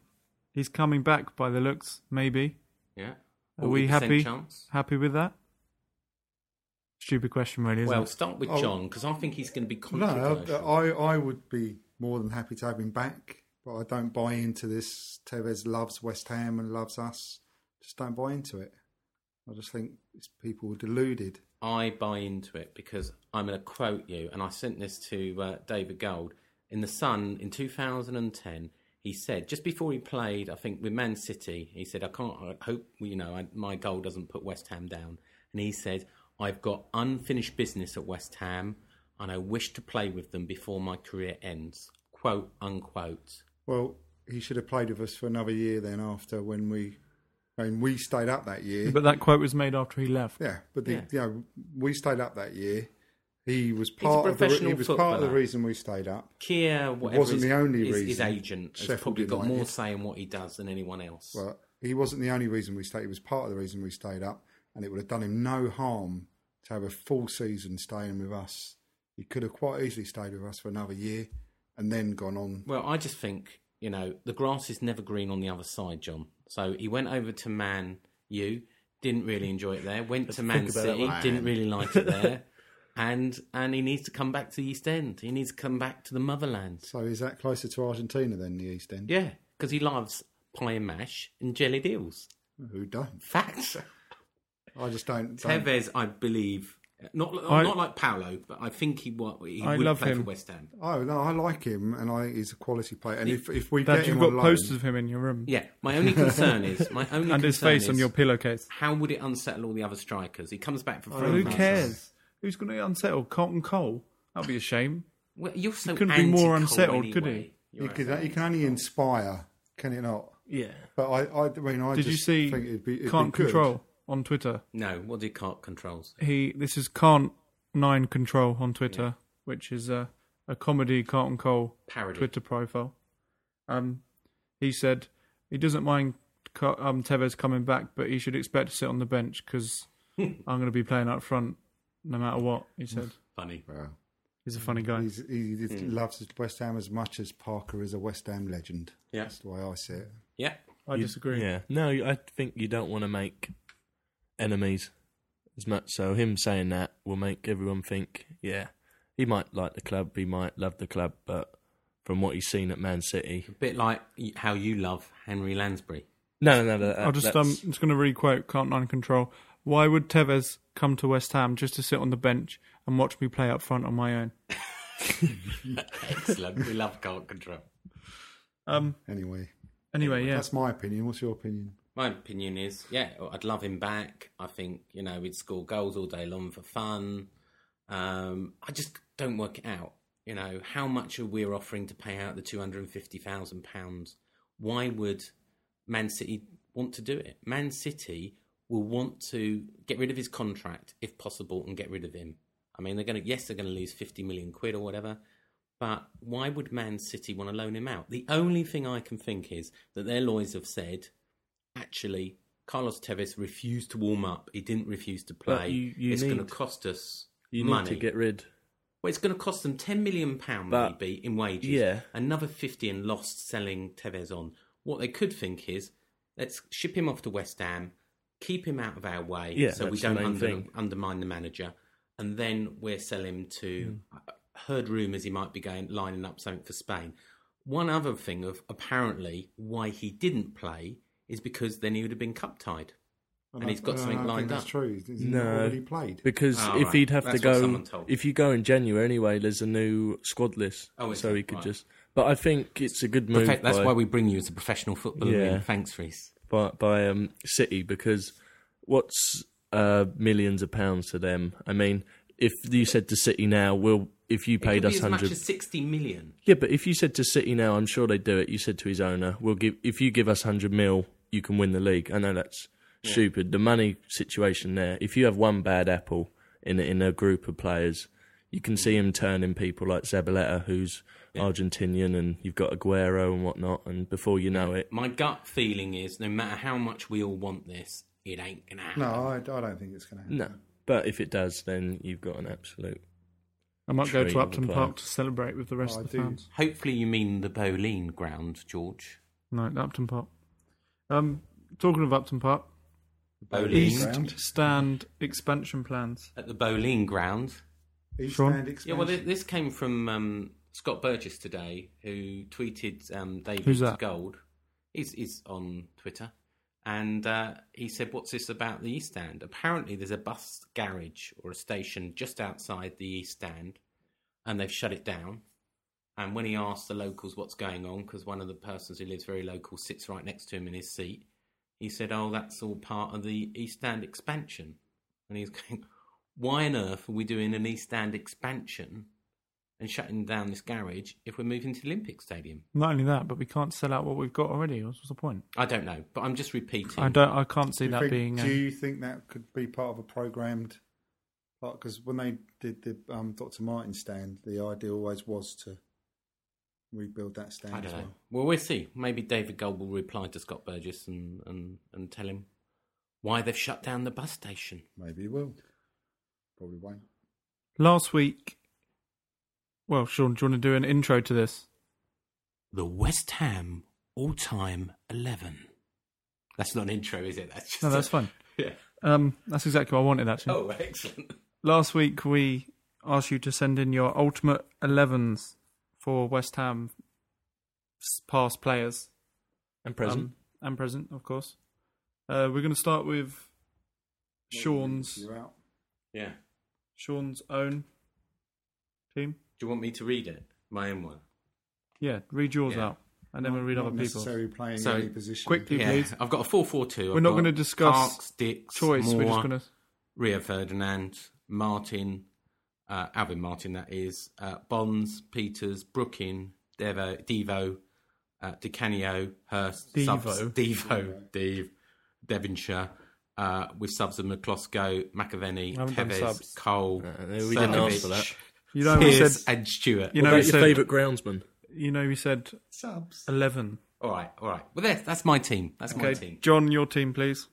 Speaker 2: he's coming back by the looks, maybe.
Speaker 3: yeah.
Speaker 2: Are we
Speaker 3: 40%
Speaker 2: happy?
Speaker 3: Chance.
Speaker 2: Happy with that? Stupid question, really, isn't
Speaker 3: Well,
Speaker 2: it?
Speaker 3: start with
Speaker 4: Oh.
Speaker 3: John because I think he's going to be
Speaker 4: No,
Speaker 3: controversial.
Speaker 4: I, I I would be more than happy to have him back, but I don't buy into this. Tevez loves West Ham and loves us. Just don't buy into it. I just think it's people are deluded.
Speaker 3: I buy into it because I'm going to quote you, and I sent this to uh, David Gold in the Sun in 2010. He said just before he played, I think with Man City, he said, "I can't. I hope you know I, my goal doesn't put West Ham down." And he said, "I've got unfinished business at West Ham, and I wish to play with them before my career ends." Quote unquote.
Speaker 4: Well, he should have played with us for another year then after when we when we stayed up that year.
Speaker 2: But that quote was made after he left.
Speaker 4: yeah, but the,
Speaker 3: Yeah.
Speaker 4: you know, we stayed up that year. He was
Speaker 3: a
Speaker 4: part of the re- he
Speaker 3: professional
Speaker 4: was part of the
Speaker 3: footballer.
Speaker 4: reason we stayed up.
Speaker 3: Kier, whatever
Speaker 4: wasn't
Speaker 3: his-
Speaker 4: the only
Speaker 3: his, His
Speaker 4: reason
Speaker 3: agent has
Speaker 4: Sheffield
Speaker 3: probably got more
Speaker 4: United-
Speaker 3: say in what he does than anyone else.
Speaker 4: Well, he wasn't the only reason we stayed. He was part of the reason we stayed up, and it would have done him no harm to have a full season staying with us. He could have quite easily stayed with us for another year and then gone on.
Speaker 3: Well, I just think you know the grass is never green on the other side, John. So he went over to Man U, didn't really enjoy it there. Went
Speaker 5: Let's
Speaker 3: to Man
Speaker 5: think about that
Speaker 3: City,
Speaker 5: one.
Speaker 3: didn't really like it there, and and he needs to come back to the East End. He needs to come back to the motherland.
Speaker 4: So is that closer to Argentina than the East End?
Speaker 3: Yeah, because he loves pie and mash and jelly deals.
Speaker 4: Who don't?
Speaker 3: Facts.
Speaker 4: I just don't. don't-
Speaker 3: Tevez, I believe, not
Speaker 2: I-
Speaker 3: not like Paolo, but I think he wa- he
Speaker 2: I
Speaker 3: would
Speaker 2: love
Speaker 3: play
Speaker 2: him.
Speaker 3: for West Ham.
Speaker 4: Oh no, I like him, and I think he's a quality player. And if if we
Speaker 2: Dad,
Speaker 4: get
Speaker 2: you've
Speaker 4: him
Speaker 2: got
Speaker 4: on loan,
Speaker 2: posters of him in your room.
Speaker 3: Yeah, my only concern is my only
Speaker 2: and his
Speaker 3: concern
Speaker 2: face on
Speaker 3: is,
Speaker 2: your pillowcase.
Speaker 3: How would it unsettle all the other strikers? He comes back for
Speaker 4: Oh,
Speaker 3: free.
Speaker 2: Who
Speaker 4: Francis.
Speaker 2: cares? Who's going to unsettle Colton Cole? That'd be a shame.
Speaker 3: Well, you're so
Speaker 2: couldn't be more
Speaker 3: anti-Cole
Speaker 2: unsettled, could he?
Speaker 3: anyway.
Speaker 4: You can, you can only inspire, can it not?
Speaker 5: Yeah.
Speaker 4: But I, I, I mean, I
Speaker 2: Did
Speaker 4: just
Speaker 2: you see
Speaker 4: think it'd be, it'd
Speaker 2: can't
Speaker 4: be good.
Speaker 2: control on Twitter?
Speaker 3: No, what do cart controls?
Speaker 2: He this is can't nine control on Twitter, which is a a comedy Carlton Cole
Speaker 3: Parody.
Speaker 2: Twitter profile. Um, he said he doesn't mind Ca- um Tevez coming back, but he should expect to sit on the bench because I'm going to be playing up front no matter what. He said
Speaker 3: Funny. Hmm.
Speaker 4: Well,
Speaker 2: he's a funny guy.
Speaker 4: he's, he just loves West Ham as much as Parker is a West Ham legend.
Speaker 3: Yeah.
Speaker 4: That's the way I see it.
Speaker 3: Yeah.
Speaker 2: I
Speaker 5: You-
Speaker 2: disagree.
Speaker 5: Yeah. No, I think you don't want to make enemies as much. So him saying that will make everyone think, yeah, he might like the club, he might love the club, but from what he's seen at Man City,
Speaker 3: A bit like y- how you love Henry Lansbury.
Speaker 5: no, no, no. that-
Speaker 2: I'll just
Speaker 5: that's-
Speaker 2: um, just going to re-quote Can't Nine Control. Why would Tevez come to West Ham just to sit on the bench and watch me play up front on my own?
Speaker 3: Excellent. we love cart control.
Speaker 2: Um.
Speaker 4: Anyway,
Speaker 2: Anyway, yeah.
Speaker 4: that's my opinion. What's your opinion?
Speaker 3: My opinion is, yeah, I'd love him back. I think you know we'd score goals all day long for fun. Um, I just don't work it out. You know how much are we offering to pay out the two hundred and fifty thousand pounds? Why would Man City want to do it? Man City will want to get rid of his contract if possible and get rid of him. I mean, they're going to yes, they're going to lose fifty million quid or whatever. But why would Man City want to loan him out? The only thing I can think is that their lawyers have said actually Carlos Tevez refused to warm up. He didn't refuse to play.
Speaker 5: But you- you
Speaker 3: it's going to
Speaker 5: need-
Speaker 3: cost us
Speaker 5: you
Speaker 3: money.
Speaker 5: need to get rid.
Speaker 3: well, it's going to cost them ten million pound
Speaker 5: But-
Speaker 3: maybe in wages.
Speaker 5: yeah.
Speaker 3: another fifty in lost selling Tevez on. What they could think is, let's ship him off to West Ham, keep him out of our way,
Speaker 5: Yeah,
Speaker 3: so we
Speaker 5: that's the
Speaker 3: don't
Speaker 5: main
Speaker 3: under,
Speaker 5: thing.
Speaker 3: undermine the manager, and then we'll sell him to.
Speaker 5: Hmm.
Speaker 3: I heard rumours he might be going lining up something for Spain. One other thing of apparently why he didn't play is because then he would have been cup tied. And
Speaker 4: I-
Speaker 3: he's got something
Speaker 4: I don't
Speaker 3: lined
Speaker 4: think that's
Speaker 3: up.
Speaker 4: true. He's, he's
Speaker 5: No.
Speaker 4: already played.
Speaker 5: Because
Speaker 3: Oh,
Speaker 5: if
Speaker 3: right.
Speaker 5: he'd have
Speaker 3: That's
Speaker 5: to
Speaker 3: what someone
Speaker 5: go,
Speaker 3: told me.
Speaker 5: if you go in January anyway, there's a new squad list.
Speaker 3: Oh, is
Speaker 5: so
Speaker 3: there?
Speaker 5: he could
Speaker 3: Right.
Speaker 5: just. But I think it's a good move.
Speaker 3: Profe- that's
Speaker 5: by-
Speaker 3: why we bring you as a professional footballer.
Speaker 5: Yeah.
Speaker 3: Ian. Thanks, Reese.
Speaker 5: by by um, City because what's uh, millions of pounds to them? I mean, if you said to City now, will if you
Speaker 3: It could
Speaker 5: paid
Speaker 3: be
Speaker 5: us
Speaker 3: as much
Speaker 5: hundred,
Speaker 3: as sixty million.
Speaker 5: yeah, but if you said to City now, I'm sure they'd do it. You said to his owner, "We'll give if you give us hundred mil, you can win the league." I know that's stupid. The money situation there. If you have one bad apple in a- in a group of players, you can see him turning people like Zabaleta, who's Argentinian, and you've got Aguero and whatnot. And before you know it,
Speaker 3: My gut feeling is, no matter how much we all want this, it ain't gonna happen.
Speaker 4: No, I, I don't think it's going to happen.
Speaker 5: No. But if it does, then you've got an absolute.
Speaker 2: I might go
Speaker 5: Tree
Speaker 2: to
Speaker 5: of
Speaker 2: Upton
Speaker 5: the
Speaker 2: Park
Speaker 5: plant.
Speaker 2: to celebrate with the rest
Speaker 4: Oh,
Speaker 2: of
Speaker 4: I
Speaker 2: the
Speaker 4: do.
Speaker 2: fans.
Speaker 3: Hopefully, you mean the Boleyn ground, George.
Speaker 2: No, Upton Park. Um, talking of Upton Park,
Speaker 3: Bowling.
Speaker 2: East
Speaker 4: Ground.
Speaker 2: Stand expansion plans.
Speaker 3: At the Boleyn ground.
Speaker 4: East
Speaker 2: Sean?
Speaker 4: End
Speaker 3: Yeah, well,
Speaker 4: expansion.
Speaker 3: thi- this came from um, Scott Burgess today, who tweeted um, David
Speaker 2: Who's that?
Speaker 3: Gold. He's, he's on Twitter. And uh, he said, What's this about the East Stand? Apparently, there's a bus garage or a station just outside the East Stand, and they've shut it down. And when he asked the locals what's going on, because one of the persons who lives very local sits right next to him in his seat, he said, Oh, that's all part of the East End expansion. And he's going, Why on earth are we doing an East End expansion and shutting down this garage if we're moving to the Olympic Stadium?
Speaker 2: Not only that, but we can't sell out what we've got already. What's what's the point?
Speaker 3: I don't know, but I'm just repeating.
Speaker 2: I don't. I can't see
Speaker 4: Do you
Speaker 2: that
Speaker 4: think-
Speaker 2: being. um,
Speaker 4: Do
Speaker 2: A,
Speaker 4: you think that could be part of a programmed? Because when they did the um, Dr. Martin stand, the idea always was to rebuild that stand
Speaker 3: I
Speaker 4: as
Speaker 3: don't know.
Speaker 4: well.
Speaker 3: Well, we'll see. Maybe David Gold will reply to Scott Burgess and, and, and tell him why they've shut down the bus station.
Speaker 4: Maybe it will. Probably won't.
Speaker 2: last week. Well, Sean, do you want to do an intro to this?
Speaker 3: The West Ham all time 11. That's not an intro, is it? That's just
Speaker 2: No,
Speaker 3: a-
Speaker 2: that's fine.
Speaker 3: Yeah.
Speaker 2: Um, that's exactly what I wanted. Actually,
Speaker 3: Oh, excellent.
Speaker 2: last week we asked you to send in your ultimate 11s for West Ham past players.
Speaker 5: And present.
Speaker 2: Um, and present, of course. Uh, we're going to start with Sean's
Speaker 4: You're out.
Speaker 3: Yeah.
Speaker 2: Sean's own team.
Speaker 3: Do you want me to read it? My own one.
Speaker 2: Yeah, read yours
Speaker 3: Yeah.
Speaker 2: out, and then we'll read
Speaker 4: Not
Speaker 2: other people.
Speaker 4: necessarily playing
Speaker 3: So,
Speaker 4: any position.
Speaker 2: quickly-
Speaker 3: yeah,
Speaker 2: please.
Speaker 3: I've got a 4 4 2.
Speaker 2: We're not going to discuss
Speaker 3: Parks, Dix,
Speaker 2: choice.
Speaker 3: Moore,
Speaker 2: We're just going to
Speaker 3: Rio Ferdinand, Martin, uh, Alvin Martin, that is, uh, Bonds, Peters, Brookin, Devo, Devo, uh, DeCanio, Hurst, subs-
Speaker 2: Devo.
Speaker 3: Devo, Deve, Devonshire, uh, with subs of McCloskey, McAvenny,
Speaker 2: haven't done
Speaker 3: Tevez,
Speaker 2: subs.
Speaker 3: Cole,
Speaker 5: Uh, we didn't ask for that.
Speaker 2: You know, we
Speaker 3: Pierce,
Speaker 2: said
Speaker 3: and Stewart.
Speaker 2: you
Speaker 5: What
Speaker 2: know we
Speaker 5: about your
Speaker 2: said
Speaker 5: favourite groundsman?
Speaker 2: you know we said
Speaker 4: Subs.
Speaker 2: eleven.
Speaker 3: All right, Oh, all right. Well, that's that's my team. That's my
Speaker 2: Okay,
Speaker 3: team.
Speaker 2: John, your team, please.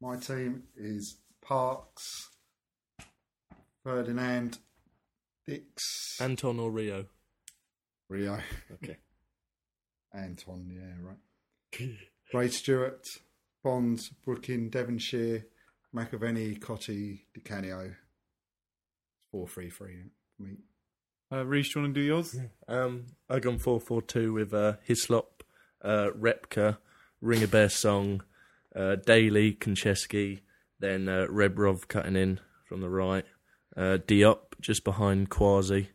Speaker 4: My team is Parks, Ferdinand, Dix,
Speaker 5: Anton or Rio?
Speaker 4: Rio,
Speaker 5: Okay.
Speaker 4: Anton. Yeah, right. Ray Stewart, Bonds, Brookin, Devonshire, McAvenny, Cotty, DiCanio. Four three three for me.
Speaker 2: Uh, Reese, do you want to do yours?
Speaker 5: Um, I gone four four two with uh, Hislop, uh, Repka, Ring a Bear Song, uh, Daly, Konchesky, then uh, Rebrov cutting in from the right, uh, Diop just behind Quasi,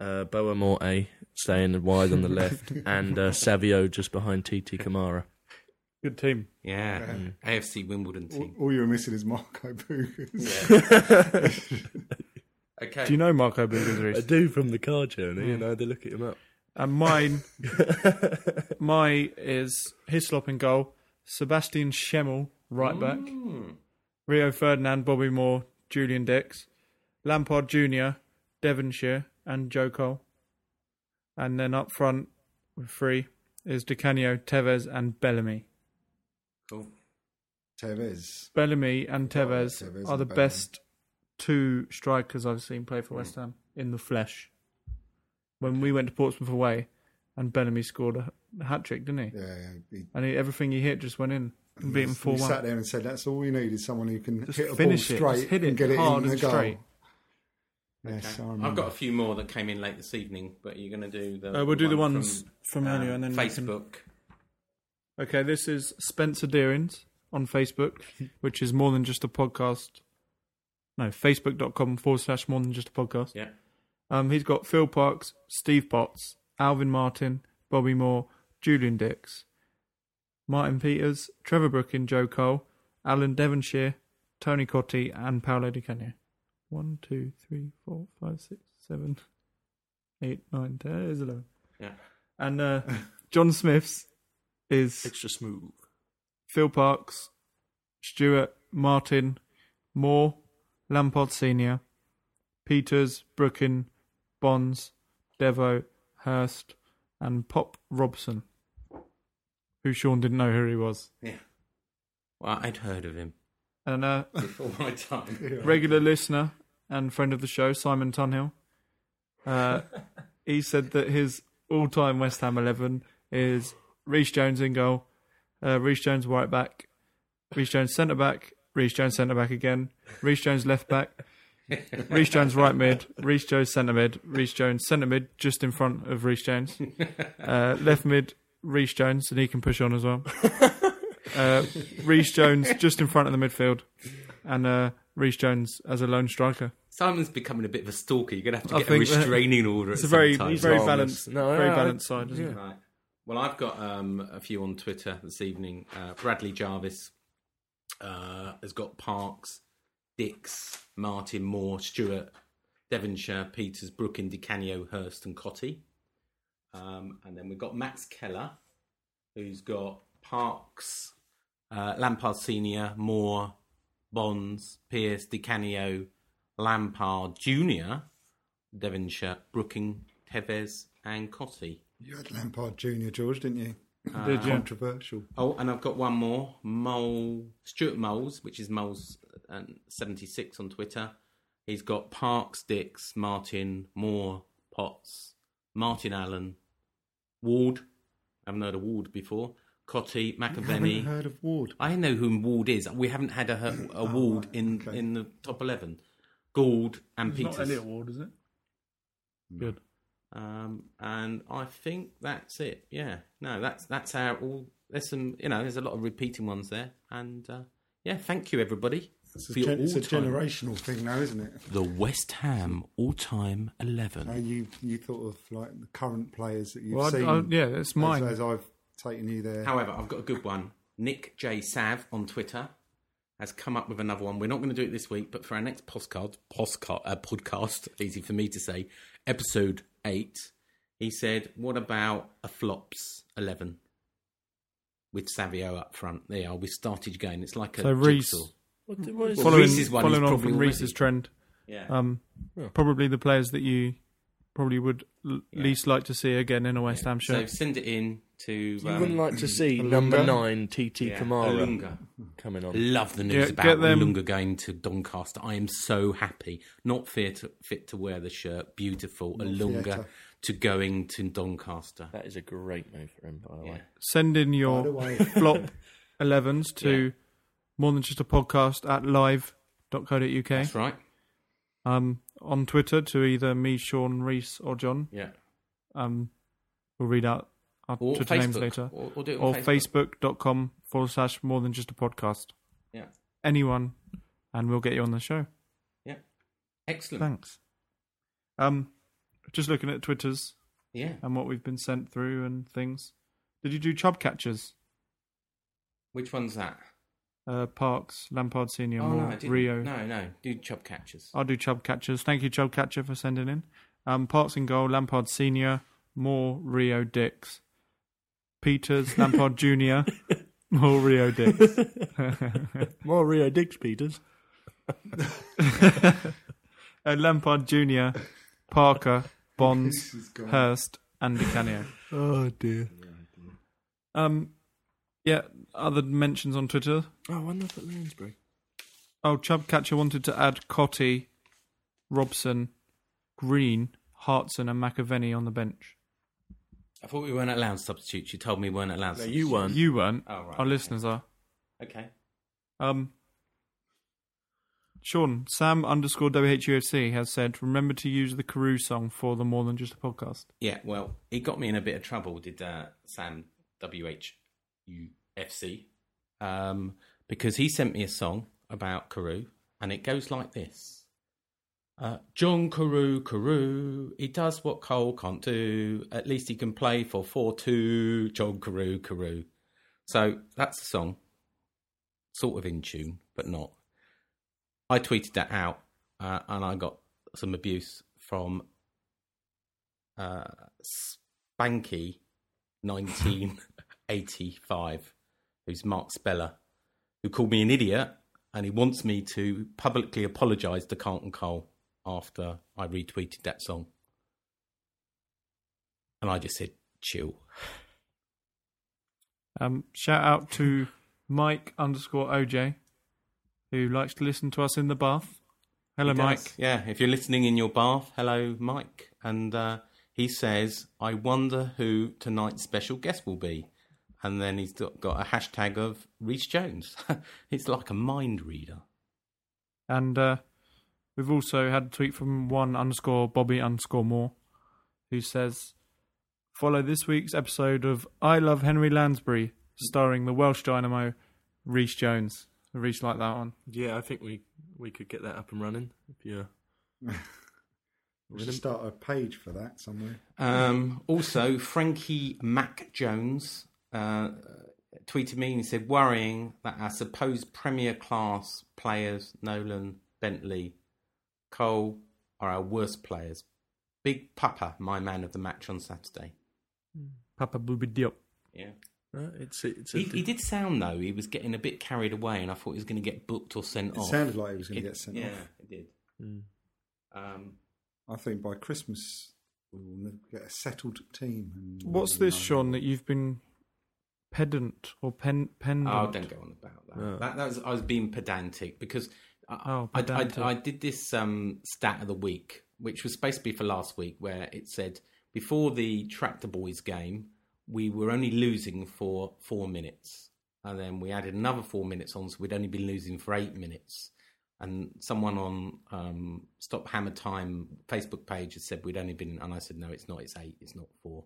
Speaker 5: uh, Boa Morte staying wide on the left, and uh, Savio just behind TT Kamara.
Speaker 2: Good team.
Speaker 3: Yeah, AFC Wimbledon
Speaker 4: All,
Speaker 3: team.
Speaker 4: all you were missing is Marco Bugas.
Speaker 3: Okay.
Speaker 2: Do you know Marco Bugas,
Speaker 5: I
Speaker 2: Reese?
Speaker 5: do from the car journey, you know, they look at him up.
Speaker 2: And mine, my is Hislop in goal, Sebastian Schemmel right back,
Speaker 3: Mm.
Speaker 2: Rio Ferdinand, Bobby Moore, Julian Dix, Lampard Junior, Devonshire, and Joe Cole. And then up front with three is DiCanio, Tevez, and Bellamy.
Speaker 3: Cool.
Speaker 4: Tevez.
Speaker 2: Bellamy and Tevez,
Speaker 4: Tevez and
Speaker 2: are the
Speaker 4: Bellamy.
Speaker 2: best two strikers I've seen play for West Ham in the flesh. When we went to Portsmouth away, and Bellamy scored a hat trick, didn't he?
Speaker 4: Yeah, he,
Speaker 2: And he, everything he hit just went in and beat him
Speaker 4: he
Speaker 2: four
Speaker 4: sat
Speaker 2: one.
Speaker 4: there and said, "That's all we need is someone who can
Speaker 2: Just
Speaker 4: hit a ball
Speaker 2: finish it.
Speaker 4: straight
Speaker 2: Just hit
Speaker 4: and
Speaker 2: it
Speaker 4: get it
Speaker 2: hard
Speaker 4: in the
Speaker 2: and
Speaker 4: goal."
Speaker 2: straight.
Speaker 4: Yes, I remember.
Speaker 3: I've got a few more that came in late this evening, but you're going to do the.
Speaker 2: Uh, we'll do the ones from
Speaker 3: um,
Speaker 2: earlier and then we can-
Speaker 3: Facebook.
Speaker 2: Okay, this is Spencer Deerins on Facebook, which is more than just a podcast. No, facebook.com forward slash more than just a podcast.
Speaker 3: Yeah.
Speaker 2: Um, he's got Phil Parks, Steve Potts, Alvin Martin, Bobby Moore, Julian Dix, Martin Peters, Trevor Brookin, Joe Cole, Alan Devonshire, Tony Cotti, and Paolo Di Canio. One, two, three, four, five, six, seven, eight, nine, ten, there's eleven.
Speaker 3: Yeah.
Speaker 2: And uh, John Smith's is
Speaker 5: Extra smooth.
Speaker 2: Phil Parks, Stuart, Martin, Moore, Lampard Sr., Peters, Brookin, Bonds, Devo, Hurst, and Pop Robson, who Sean didn't know who he was.
Speaker 3: Yeah. Well, I'd heard of him
Speaker 2: And uh, a
Speaker 3: before my time.
Speaker 2: regular listener and friend of the show, Simon Tunhill, uh, he said that his all time West Ham 11 is Reece Jones in goal, uh, Reece Jones right back, Reece Jones centre back, Reece Jones centre back again, Reece Jones left back, Reece Jones right mid, Reece Jones centre mid, Reece Jones centre mid just in front of Reece Jones, uh, left mid, Reece Jones, and he can push on as well. Uh, Reece Jones just in front of the midfield, and uh, Reece Jones as a lone striker.
Speaker 3: Simon's becoming a bit of a stalker. You're going to have to
Speaker 2: I
Speaker 3: get a
Speaker 2: think that-
Speaker 3: restraining order.
Speaker 2: It's
Speaker 3: at
Speaker 2: a very,
Speaker 3: some time.
Speaker 2: very
Speaker 5: Well,
Speaker 2: balanced,
Speaker 5: no,
Speaker 2: very
Speaker 5: I-
Speaker 2: balanced side, isn't it?
Speaker 3: Right. Well, I've got um, a few on Twitter this evening. Uh, Bradley Jarvis uh, has got Parks, Dix, Martin Moore, Stewart, Devonshire, Peters, Brookin, DiCanio, Hurst, and Cotty. Um, and then we've got Max Keller, who's got Parks, uh, Lampard Senior, Moore, Bonds, Pierce, DiCanio, Lampard Junior, Devonshire, Brooking, Tevez, and Cotty.
Speaker 4: You had Lampard Junior, George, didn't you?
Speaker 2: Did you?
Speaker 4: Controversial.
Speaker 3: Oh, and I've got one more. Mole Stuart Moles, which is Moles um, seventy six on Twitter. He's got Parks, Dix, Martin, Moore, Potts, Martin Allen, Ward. I haven't heard of Ward before.
Speaker 4: You
Speaker 3: Cotty,
Speaker 4: haven't
Speaker 3: McAvenny.
Speaker 4: heard of Ward? Oh,
Speaker 3: I know who Ward is. We haven't had a, her- a Ward
Speaker 4: right,
Speaker 3: in
Speaker 4: okay.
Speaker 3: in the top eleven. Gould and Peters.
Speaker 2: Ward, is it? Good.
Speaker 3: Mm. Um, and I think that's it. Yeah, no, that's that's our all. There's some, you know, there's a lot of repeating ones there, and uh, yeah, thank you everybody
Speaker 4: It's a, gen- it's a
Speaker 3: all-time-
Speaker 4: generational thing now, isn't it?
Speaker 3: The West Ham all-time
Speaker 4: No,
Speaker 3: eleven.
Speaker 4: you you thought of like the current players that you've
Speaker 2: Well, I-
Speaker 4: seen.
Speaker 2: I- yeah, that's
Speaker 4: as-
Speaker 2: mine.
Speaker 4: As, I've taken you there.
Speaker 3: However, I've got a good one. Nick J Sav on Twitter has come up with another one. We're not going to do it this week, but for our next postcard, postcard, uh, podcast, easy for me to say, episode eight, He said, "What about a flops eleven with Savio up front? There, we started going. It's like a
Speaker 2: So Reece-
Speaker 3: jigsaw.
Speaker 5: What, did- what is
Speaker 3: Well,
Speaker 2: following
Speaker 3: Reese's one is
Speaker 2: following on
Speaker 3: probably
Speaker 2: from Reese's
Speaker 3: already-
Speaker 2: trend,
Speaker 3: Yeah,
Speaker 2: um,
Speaker 5: Yeah.
Speaker 2: probably the players that you probably would l-
Speaker 3: Yeah.
Speaker 2: least like to see again in a West
Speaker 3: Yeah.
Speaker 2: Ham
Speaker 3: So
Speaker 2: shirt.
Speaker 3: send it in to.
Speaker 5: You
Speaker 3: Um,
Speaker 5: wouldn't like to see
Speaker 4: Olunga?
Speaker 5: number nine, TT
Speaker 3: yeah,
Speaker 5: Kamara,
Speaker 3: Olunga.
Speaker 5: coming on.
Speaker 3: Love the news
Speaker 2: Get-
Speaker 3: about
Speaker 2: get them-
Speaker 3: Olunga going to Doncaster. I am so happy. Not fit to, fit to wear the shirt. Beautiful
Speaker 4: Not
Speaker 3: Olunga
Speaker 4: theatre.
Speaker 3: to going to Doncaster.
Speaker 5: That is a great move for him, by the way.
Speaker 3: Yeah.
Speaker 2: Send in
Speaker 4: By the
Speaker 2: your
Speaker 4: way,
Speaker 2: flop 11s to
Speaker 3: Yeah.
Speaker 2: more than just a podcast at live.co.uk.
Speaker 3: That's right.
Speaker 2: Um, on Twitter to either me, Sean, Reese, or John.
Speaker 3: Yeah.
Speaker 2: Um, we'll read out our
Speaker 3: Or
Speaker 2: Twitter names
Speaker 3: Facebook.
Speaker 2: later.
Speaker 3: Or- or do it on
Speaker 2: or
Speaker 3: Facebook.
Speaker 2: facebook.com forward slash more than just a podcast.
Speaker 3: Yeah.
Speaker 2: Anyone, and we'll get you on the show.
Speaker 3: Yeah. Excellent.
Speaker 2: Thanks. Um, just looking at Twitters
Speaker 3: Yeah.
Speaker 2: and what we've been sent through and things. Did you do chub catchers?
Speaker 3: Which one's that?
Speaker 2: Uh, Parks, Lampard Senior,
Speaker 3: oh,
Speaker 2: Moore,
Speaker 3: no, I didn't.
Speaker 2: Rio.
Speaker 3: No, no. Do chub catchers.
Speaker 2: I'll do chub catchers. Thank you, chub catcher, for sending in. Um, Parks in goal, Lampard Senior, Moore, Rio, Dix, Peters, Lampard Junior, Moore, Rio, Dix.
Speaker 5: More Rio Diggs, Peters.
Speaker 2: Uh, Lampard Junior, Parker, Bonds, Hurst, and Di Canio.
Speaker 5: Oh, dear.
Speaker 2: Um, yeah, other mentions on Twitter.
Speaker 5: Oh, one up at Lansbury.
Speaker 2: Oh, Chubcatcher wanted to add Cotty, Robson, Green, Hartson, and McAvenny on the bench.
Speaker 3: I thought we weren't allowed substitutes. You told me we weren't allowed
Speaker 5: No,
Speaker 3: substitutes.
Speaker 5: you weren't.
Speaker 2: You weren't.
Speaker 3: Oh, right,
Speaker 2: Our
Speaker 3: okay.
Speaker 2: listeners are.
Speaker 3: Okay.
Speaker 2: Um, Sean, Sam underscore WHUFC has said, remember to use the Carew song for the More Than Just a Podcast.
Speaker 3: Yeah, well, he got me in a bit of trouble, did uh, Sam WHUFC, um, because he sent me a song about Carew, and it goes like this. Uh, John Carew, Carew, he does what Cole can't do. At least he can play for 4 2. John Carew, Carew. So that's the song. Sort of in tune, but not. I tweeted that out, uh, and I got some abuse from uh, Spanky, nineteen eighty-five, who's Mark Speller, who called me an idiot, and he wants me to publicly apologise to Carlton Cole after I retweeted that song. And I just said, "Chill."
Speaker 2: Um, shout out to Mike underscore OJ, who likes to listen to us in the bath. Hello,
Speaker 3: He
Speaker 2: Mike.
Speaker 3: does. Yeah, if you're listening in your bath, hello, Mike. And uh, he says, I wonder who tonight's special guest will be. And then he's got got a hashtag of Reese Jones. it's like a mind reader.
Speaker 2: And uh, we've also had a tweet from one underscore Bobby underscore Moore, who says, "Follow this week's episode of I Love Henry Lansbury, starring the Welsh dynamo Reece Jones." Reece like that one.
Speaker 5: Yeah, I think we, we could get that up and running if you're.
Speaker 4: we should start a page for that somewhere.
Speaker 3: Um, also, Frankie Mac Jones uh, tweeted me and he said, worrying that our supposed Premier class players, Nolan, Bentley, Cole, are our worst players. Big Papa, my man of the match on Saturday.
Speaker 2: Papa Booby Diop.
Speaker 3: Yeah.
Speaker 5: Uh, it's, it's a,
Speaker 3: He, he did sound though he was getting a bit carried away, and I thought he was going to get booked or sent
Speaker 4: It
Speaker 3: off.
Speaker 4: sounded like he was gonna
Speaker 3: It-
Speaker 4: get sent
Speaker 3: yeah,
Speaker 4: off.
Speaker 3: it did.
Speaker 2: Hmm.
Speaker 5: Mm.
Speaker 3: Um,
Speaker 4: I think by Christmas we will never get a settled team. And
Speaker 2: What's
Speaker 4: we'll
Speaker 2: this,
Speaker 4: know.
Speaker 2: Sean? That you've been pedant or pen pendant?
Speaker 3: oh, don't go on about that.
Speaker 5: No.
Speaker 3: That, that was I was being pedantic because I,
Speaker 2: Oh,
Speaker 3: I,
Speaker 2: pedantic.
Speaker 3: I, I did this um, stat of the week, which was supposed to be for last week, where it said before the Tractor Boys game, we were only losing for four minutes, and then we added another four minutes on, so we'd only been losing for eight minutes. And someone on um, Stop Hammer Time Facebook page has said we'd only been, and I said no, it's not, it's eight, it's not four.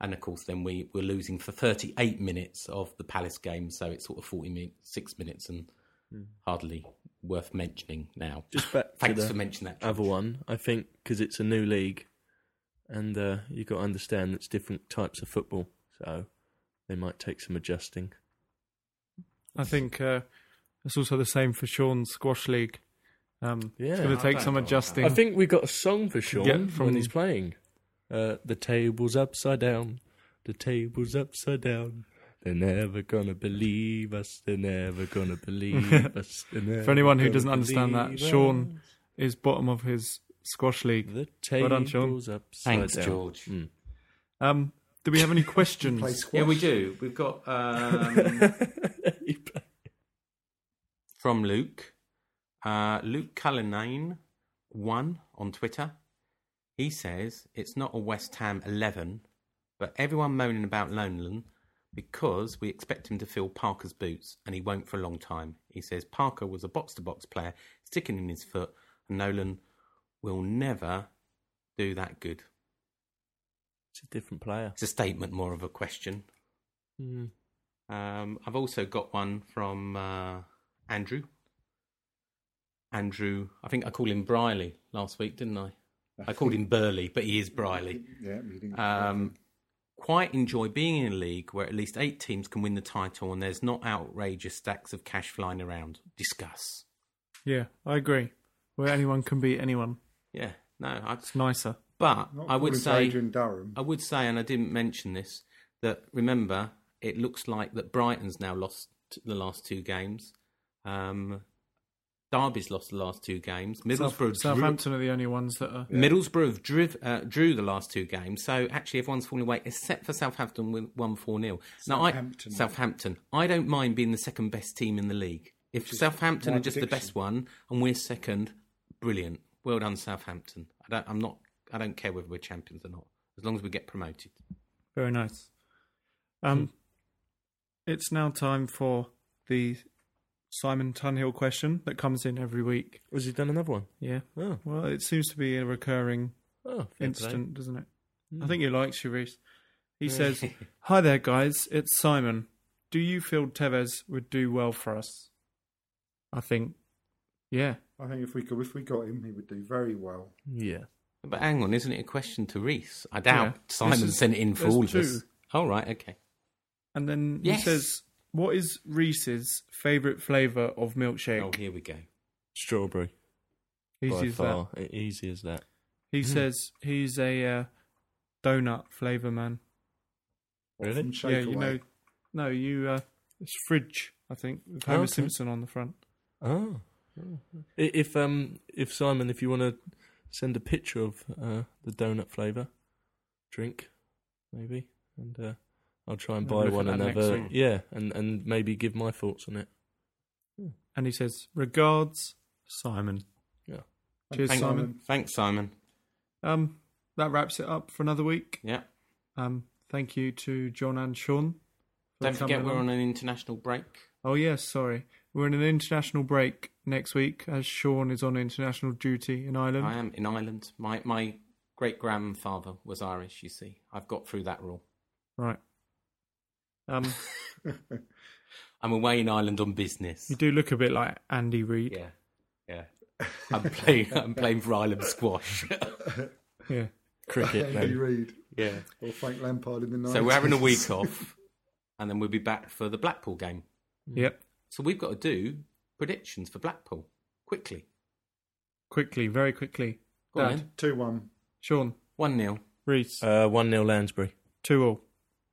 Speaker 3: And of course, then we were losing for 38 minutes of the Palace game, so it's sort of 46 minutes and
Speaker 4: Hmm.
Speaker 3: hardly worth mentioning now.
Speaker 5: just back to
Speaker 3: Thanks
Speaker 5: the
Speaker 3: for mentioning that.
Speaker 5: other
Speaker 3: George.
Speaker 5: one. I think because it's a new league, and uh, you got to understand it's different types of football, so they might take some adjusting.
Speaker 2: I think uh, it's also the same for Sean's squash league. Um,
Speaker 5: Yeah.
Speaker 2: it's going
Speaker 5: I
Speaker 2: to take
Speaker 3: don't
Speaker 2: some
Speaker 3: know about that.
Speaker 2: adjusting.
Speaker 5: I think we got a song for Sean
Speaker 2: Yeah, from-
Speaker 5: when he's playing. Uh, the table's upside down. The table's upside down. They're never gonna believe us. They're never gonna believe us. They're never
Speaker 2: For anyone who
Speaker 5: gonna
Speaker 2: doesn't understand that,
Speaker 5: believe
Speaker 2: Sean
Speaker 5: us.
Speaker 2: is bottom of his squash league.
Speaker 5: The
Speaker 2: Well done,
Speaker 5: table's
Speaker 2: Sean.
Speaker 5: upside
Speaker 3: Thanks,
Speaker 5: down.
Speaker 3: George.
Speaker 5: Mm.
Speaker 2: Um, do we have any
Speaker 4: Play
Speaker 2: questions?
Speaker 4: squash.
Speaker 3: Yeah, we do. We've got um, from Luke. Uh, Luke Cullinane, one on Twitter. He says it's not a West Ham 11, but everyone moaning about Lonelan because we expect him to fill Parker's boots and he won't for a long time. He says Parker was a box to box player, sticking in his foot, and Nolan will never do that good.
Speaker 5: It's a different player.
Speaker 3: It's a statement, more of a question.
Speaker 5: Mm.
Speaker 3: Um, I've also got one from uh, Andrew. Andrew, I think I called him Briley last week, didn't I? I called him Burley, but he is Briley.
Speaker 4: Yeah, you didn't.
Speaker 3: Um, quite enjoy being in a league where at least eight teams can win the title and there's not outrageous stacks of cash flying around. Discuss.
Speaker 2: yeah, I agree. Where anyone can beat anyone,
Speaker 3: Yeah, no, I,
Speaker 2: it's nicer.
Speaker 3: but
Speaker 4: Not
Speaker 3: I
Speaker 4: according
Speaker 3: would
Speaker 4: to
Speaker 3: say
Speaker 4: Adrian Durham.
Speaker 3: I would say, and I didn't mention this, that remember it looks like that Brighton's now lost the last two games. Um, Derby's lost the last two games. Middlesbrough,
Speaker 2: South- Southampton are the only ones that are.
Speaker 3: drew, Middlesbrough have drew, uh, drew the last two games. So actually, everyone's falling away except for Southampton with one four 0 Now, I,
Speaker 4: Southampton.
Speaker 3: Southampton, I don't mind being the second best team in the league. If
Speaker 4: Which is
Speaker 3: Southampton
Speaker 4: my
Speaker 3: are just the
Speaker 4: prediction.
Speaker 3: best one and we're second, brilliant. Well done, Southampton. I don't, I'm not. I don't care whether we're champions or not, as long as we get promoted.
Speaker 2: Very nice.
Speaker 5: Hmm.
Speaker 2: Um, it's now time for the Simon Tunhill question that comes in every week.
Speaker 5: Was he done another one?
Speaker 2: Yeah.
Speaker 5: Oh,
Speaker 2: Well, it seems to be a recurring
Speaker 5: oh fair Hmm.
Speaker 2: instant, doesn't it?
Speaker 5: play.
Speaker 2: I think he likes you, Reese. He says, "Hi there, guys. It's Simon. Do you feel Tevez would do well for us?" I think, yeah.
Speaker 4: I think if we could, if we got him, he would do very well.
Speaker 5: Yeah.
Speaker 3: But hang on, isn't it a question to Reese? I doubt
Speaker 2: Yeah.
Speaker 3: Simon
Speaker 2: This is-
Speaker 3: sent it in for
Speaker 2: there's
Speaker 3: all of
Speaker 2: two.
Speaker 3: us. All right, okay.
Speaker 2: And then he
Speaker 3: Yes.
Speaker 2: says, "What is Reese's favorite flavor of milkshake?"
Speaker 3: Oh, here we go.
Speaker 5: Strawberry.
Speaker 2: He's
Speaker 5: by
Speaker 2: used that.
Speaker 5: far. E- Easy as that.
Speaker 2: He
Speaker 3: Hmm.
Speaker 2: says he's a uh, donut flavor man.
Speaker 5: Really?
Speaker 4: From
Speaker 2: yeah, you know.
Speaker 4: Shakeaway.
Speaker 2: No, you. Uh, it's fridge, I think, with Homer
Speaker 5: okay.
Speaker 2: Simpson on the front.
Speaker 5: Oh. I- If um if Simon, if you want to send a picture of uh, the donut flavour drink, maybe, and uh, I'll try and
Speaker 2: We'll
Speaker 5: buy
Speaker 2: look at
Speaker 5: one
Speaker 2: that next
Speaker 5: another.
Speaker 2: week.
Speaker 5: Yeah, and and maybe give my thoughts on it.
Speaker 2: And he says, "Regards, Simon."
Speaker 5: Yeah.
Speaker 2: Cheers,
Speaker 3: Thank-
Speaker 2: Simon.
Speaker 3: Thanks, Simon.
Speaker 2: Um, that wraps it up for another week.
Speaker 3: Yeah.
Speaker 2: Um, thank you to John and Sean. for
Speaker 3: Don't forget
Speaker 2: coming
Speaker 3: we're
Speaker 2: along.
Speaker 3: on an international break.
Speaker 2: Oh yes, sorry. We're in an international break next week as Sean is on international duty in Ireland.
Speaker 3: I am in Ireland. My my great grandfather was Irish. You see, I've got through that rule.
Speaker 2: Right. Um,
Speaker 3: I'm away in Ireland on business.
Speaker 2: you do look a bit like Andy Reid.
Speaker 3: Yeah, yeah. I'm playing. I'm playing for Ireland squash.
Speaker 2: yeah.
Speaker 5: Cricket.
Speaker 4: Andy
Speaker 5: then.
Speaker 4: Reid
Speaker 3: yeah.
Speaker 4: or Frank Lampard in the night.
Speaker 3: So we're having a week off, and then we'll be back for the Blackpool game.
Speaker 2: Mm. Yep.
Speaker 3: So we've got to do predictions for Blackpool quickly.
Speaker 2: Quickly, very quickly.
Speaker 3: Go on,
Speaker 2: Dad.
Speaker 3: then.
Speaker 4: two one.
Speaker 2: Sean,
Speaker 3: One 0
Speaker 2: Reese,
Speaker 5: Uh, One 0 Lansbury.
Speaker 2: two all.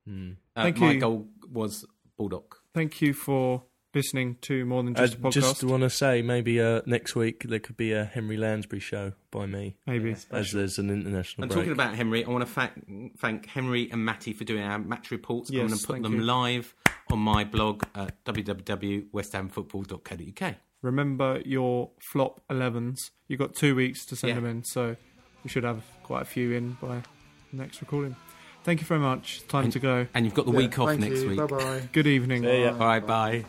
Speaker 5: Hmm.
Speaker 3: Uh,
Speaker 2: Thank
Speaker 3: my
Speaker 2: you.
Speaker 3: goal was Bulldog.
Speaker 2: Thank you for listening to more than
Speaker 3: Uh,
Speaker 2: just a
Speaker 5: I
Speaker 2: podcast.
Speaker 5: just want to say maybe uh, next week there could be a Henry Lansbury show by me,
Speaker 2: Maybe.
Speaker 5: as there's an
Speaker 3: And
Speaker 5: international break.
Speaker 3: talking about Henry, I want to thank, thank Henry and Matty for doing our match reports.
Speaker 2: Yes,
Speaker 3: I'm going to put
Speaker 2: thank
Speaker 3: them
Speaker 2: you.
Speaker 3: live on my blog at www.westhamfootball.co.uk.
Speaker 2: Remember your flop 11s. You've got two weeks to send
Speaker 3: Yeah.
Speaker 2: them in, so we should have quite a few in by next recording. Thank you very much. Time to go.
Speaker 3: And you've got the week off next week.
Speaker 4: Bye bye.
Speaker 2: Good evening.
Speaker 5: See ya.
Speaker 3: All right, bye.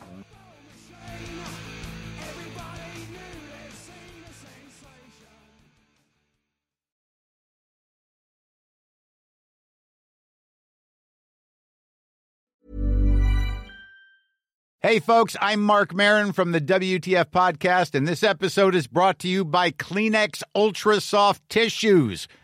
Speaker 9: Hey, folks, I'm Mark Marin from the WTF Podcast, and this episode is brought to you by Kleenex Ultra Soft Tissues.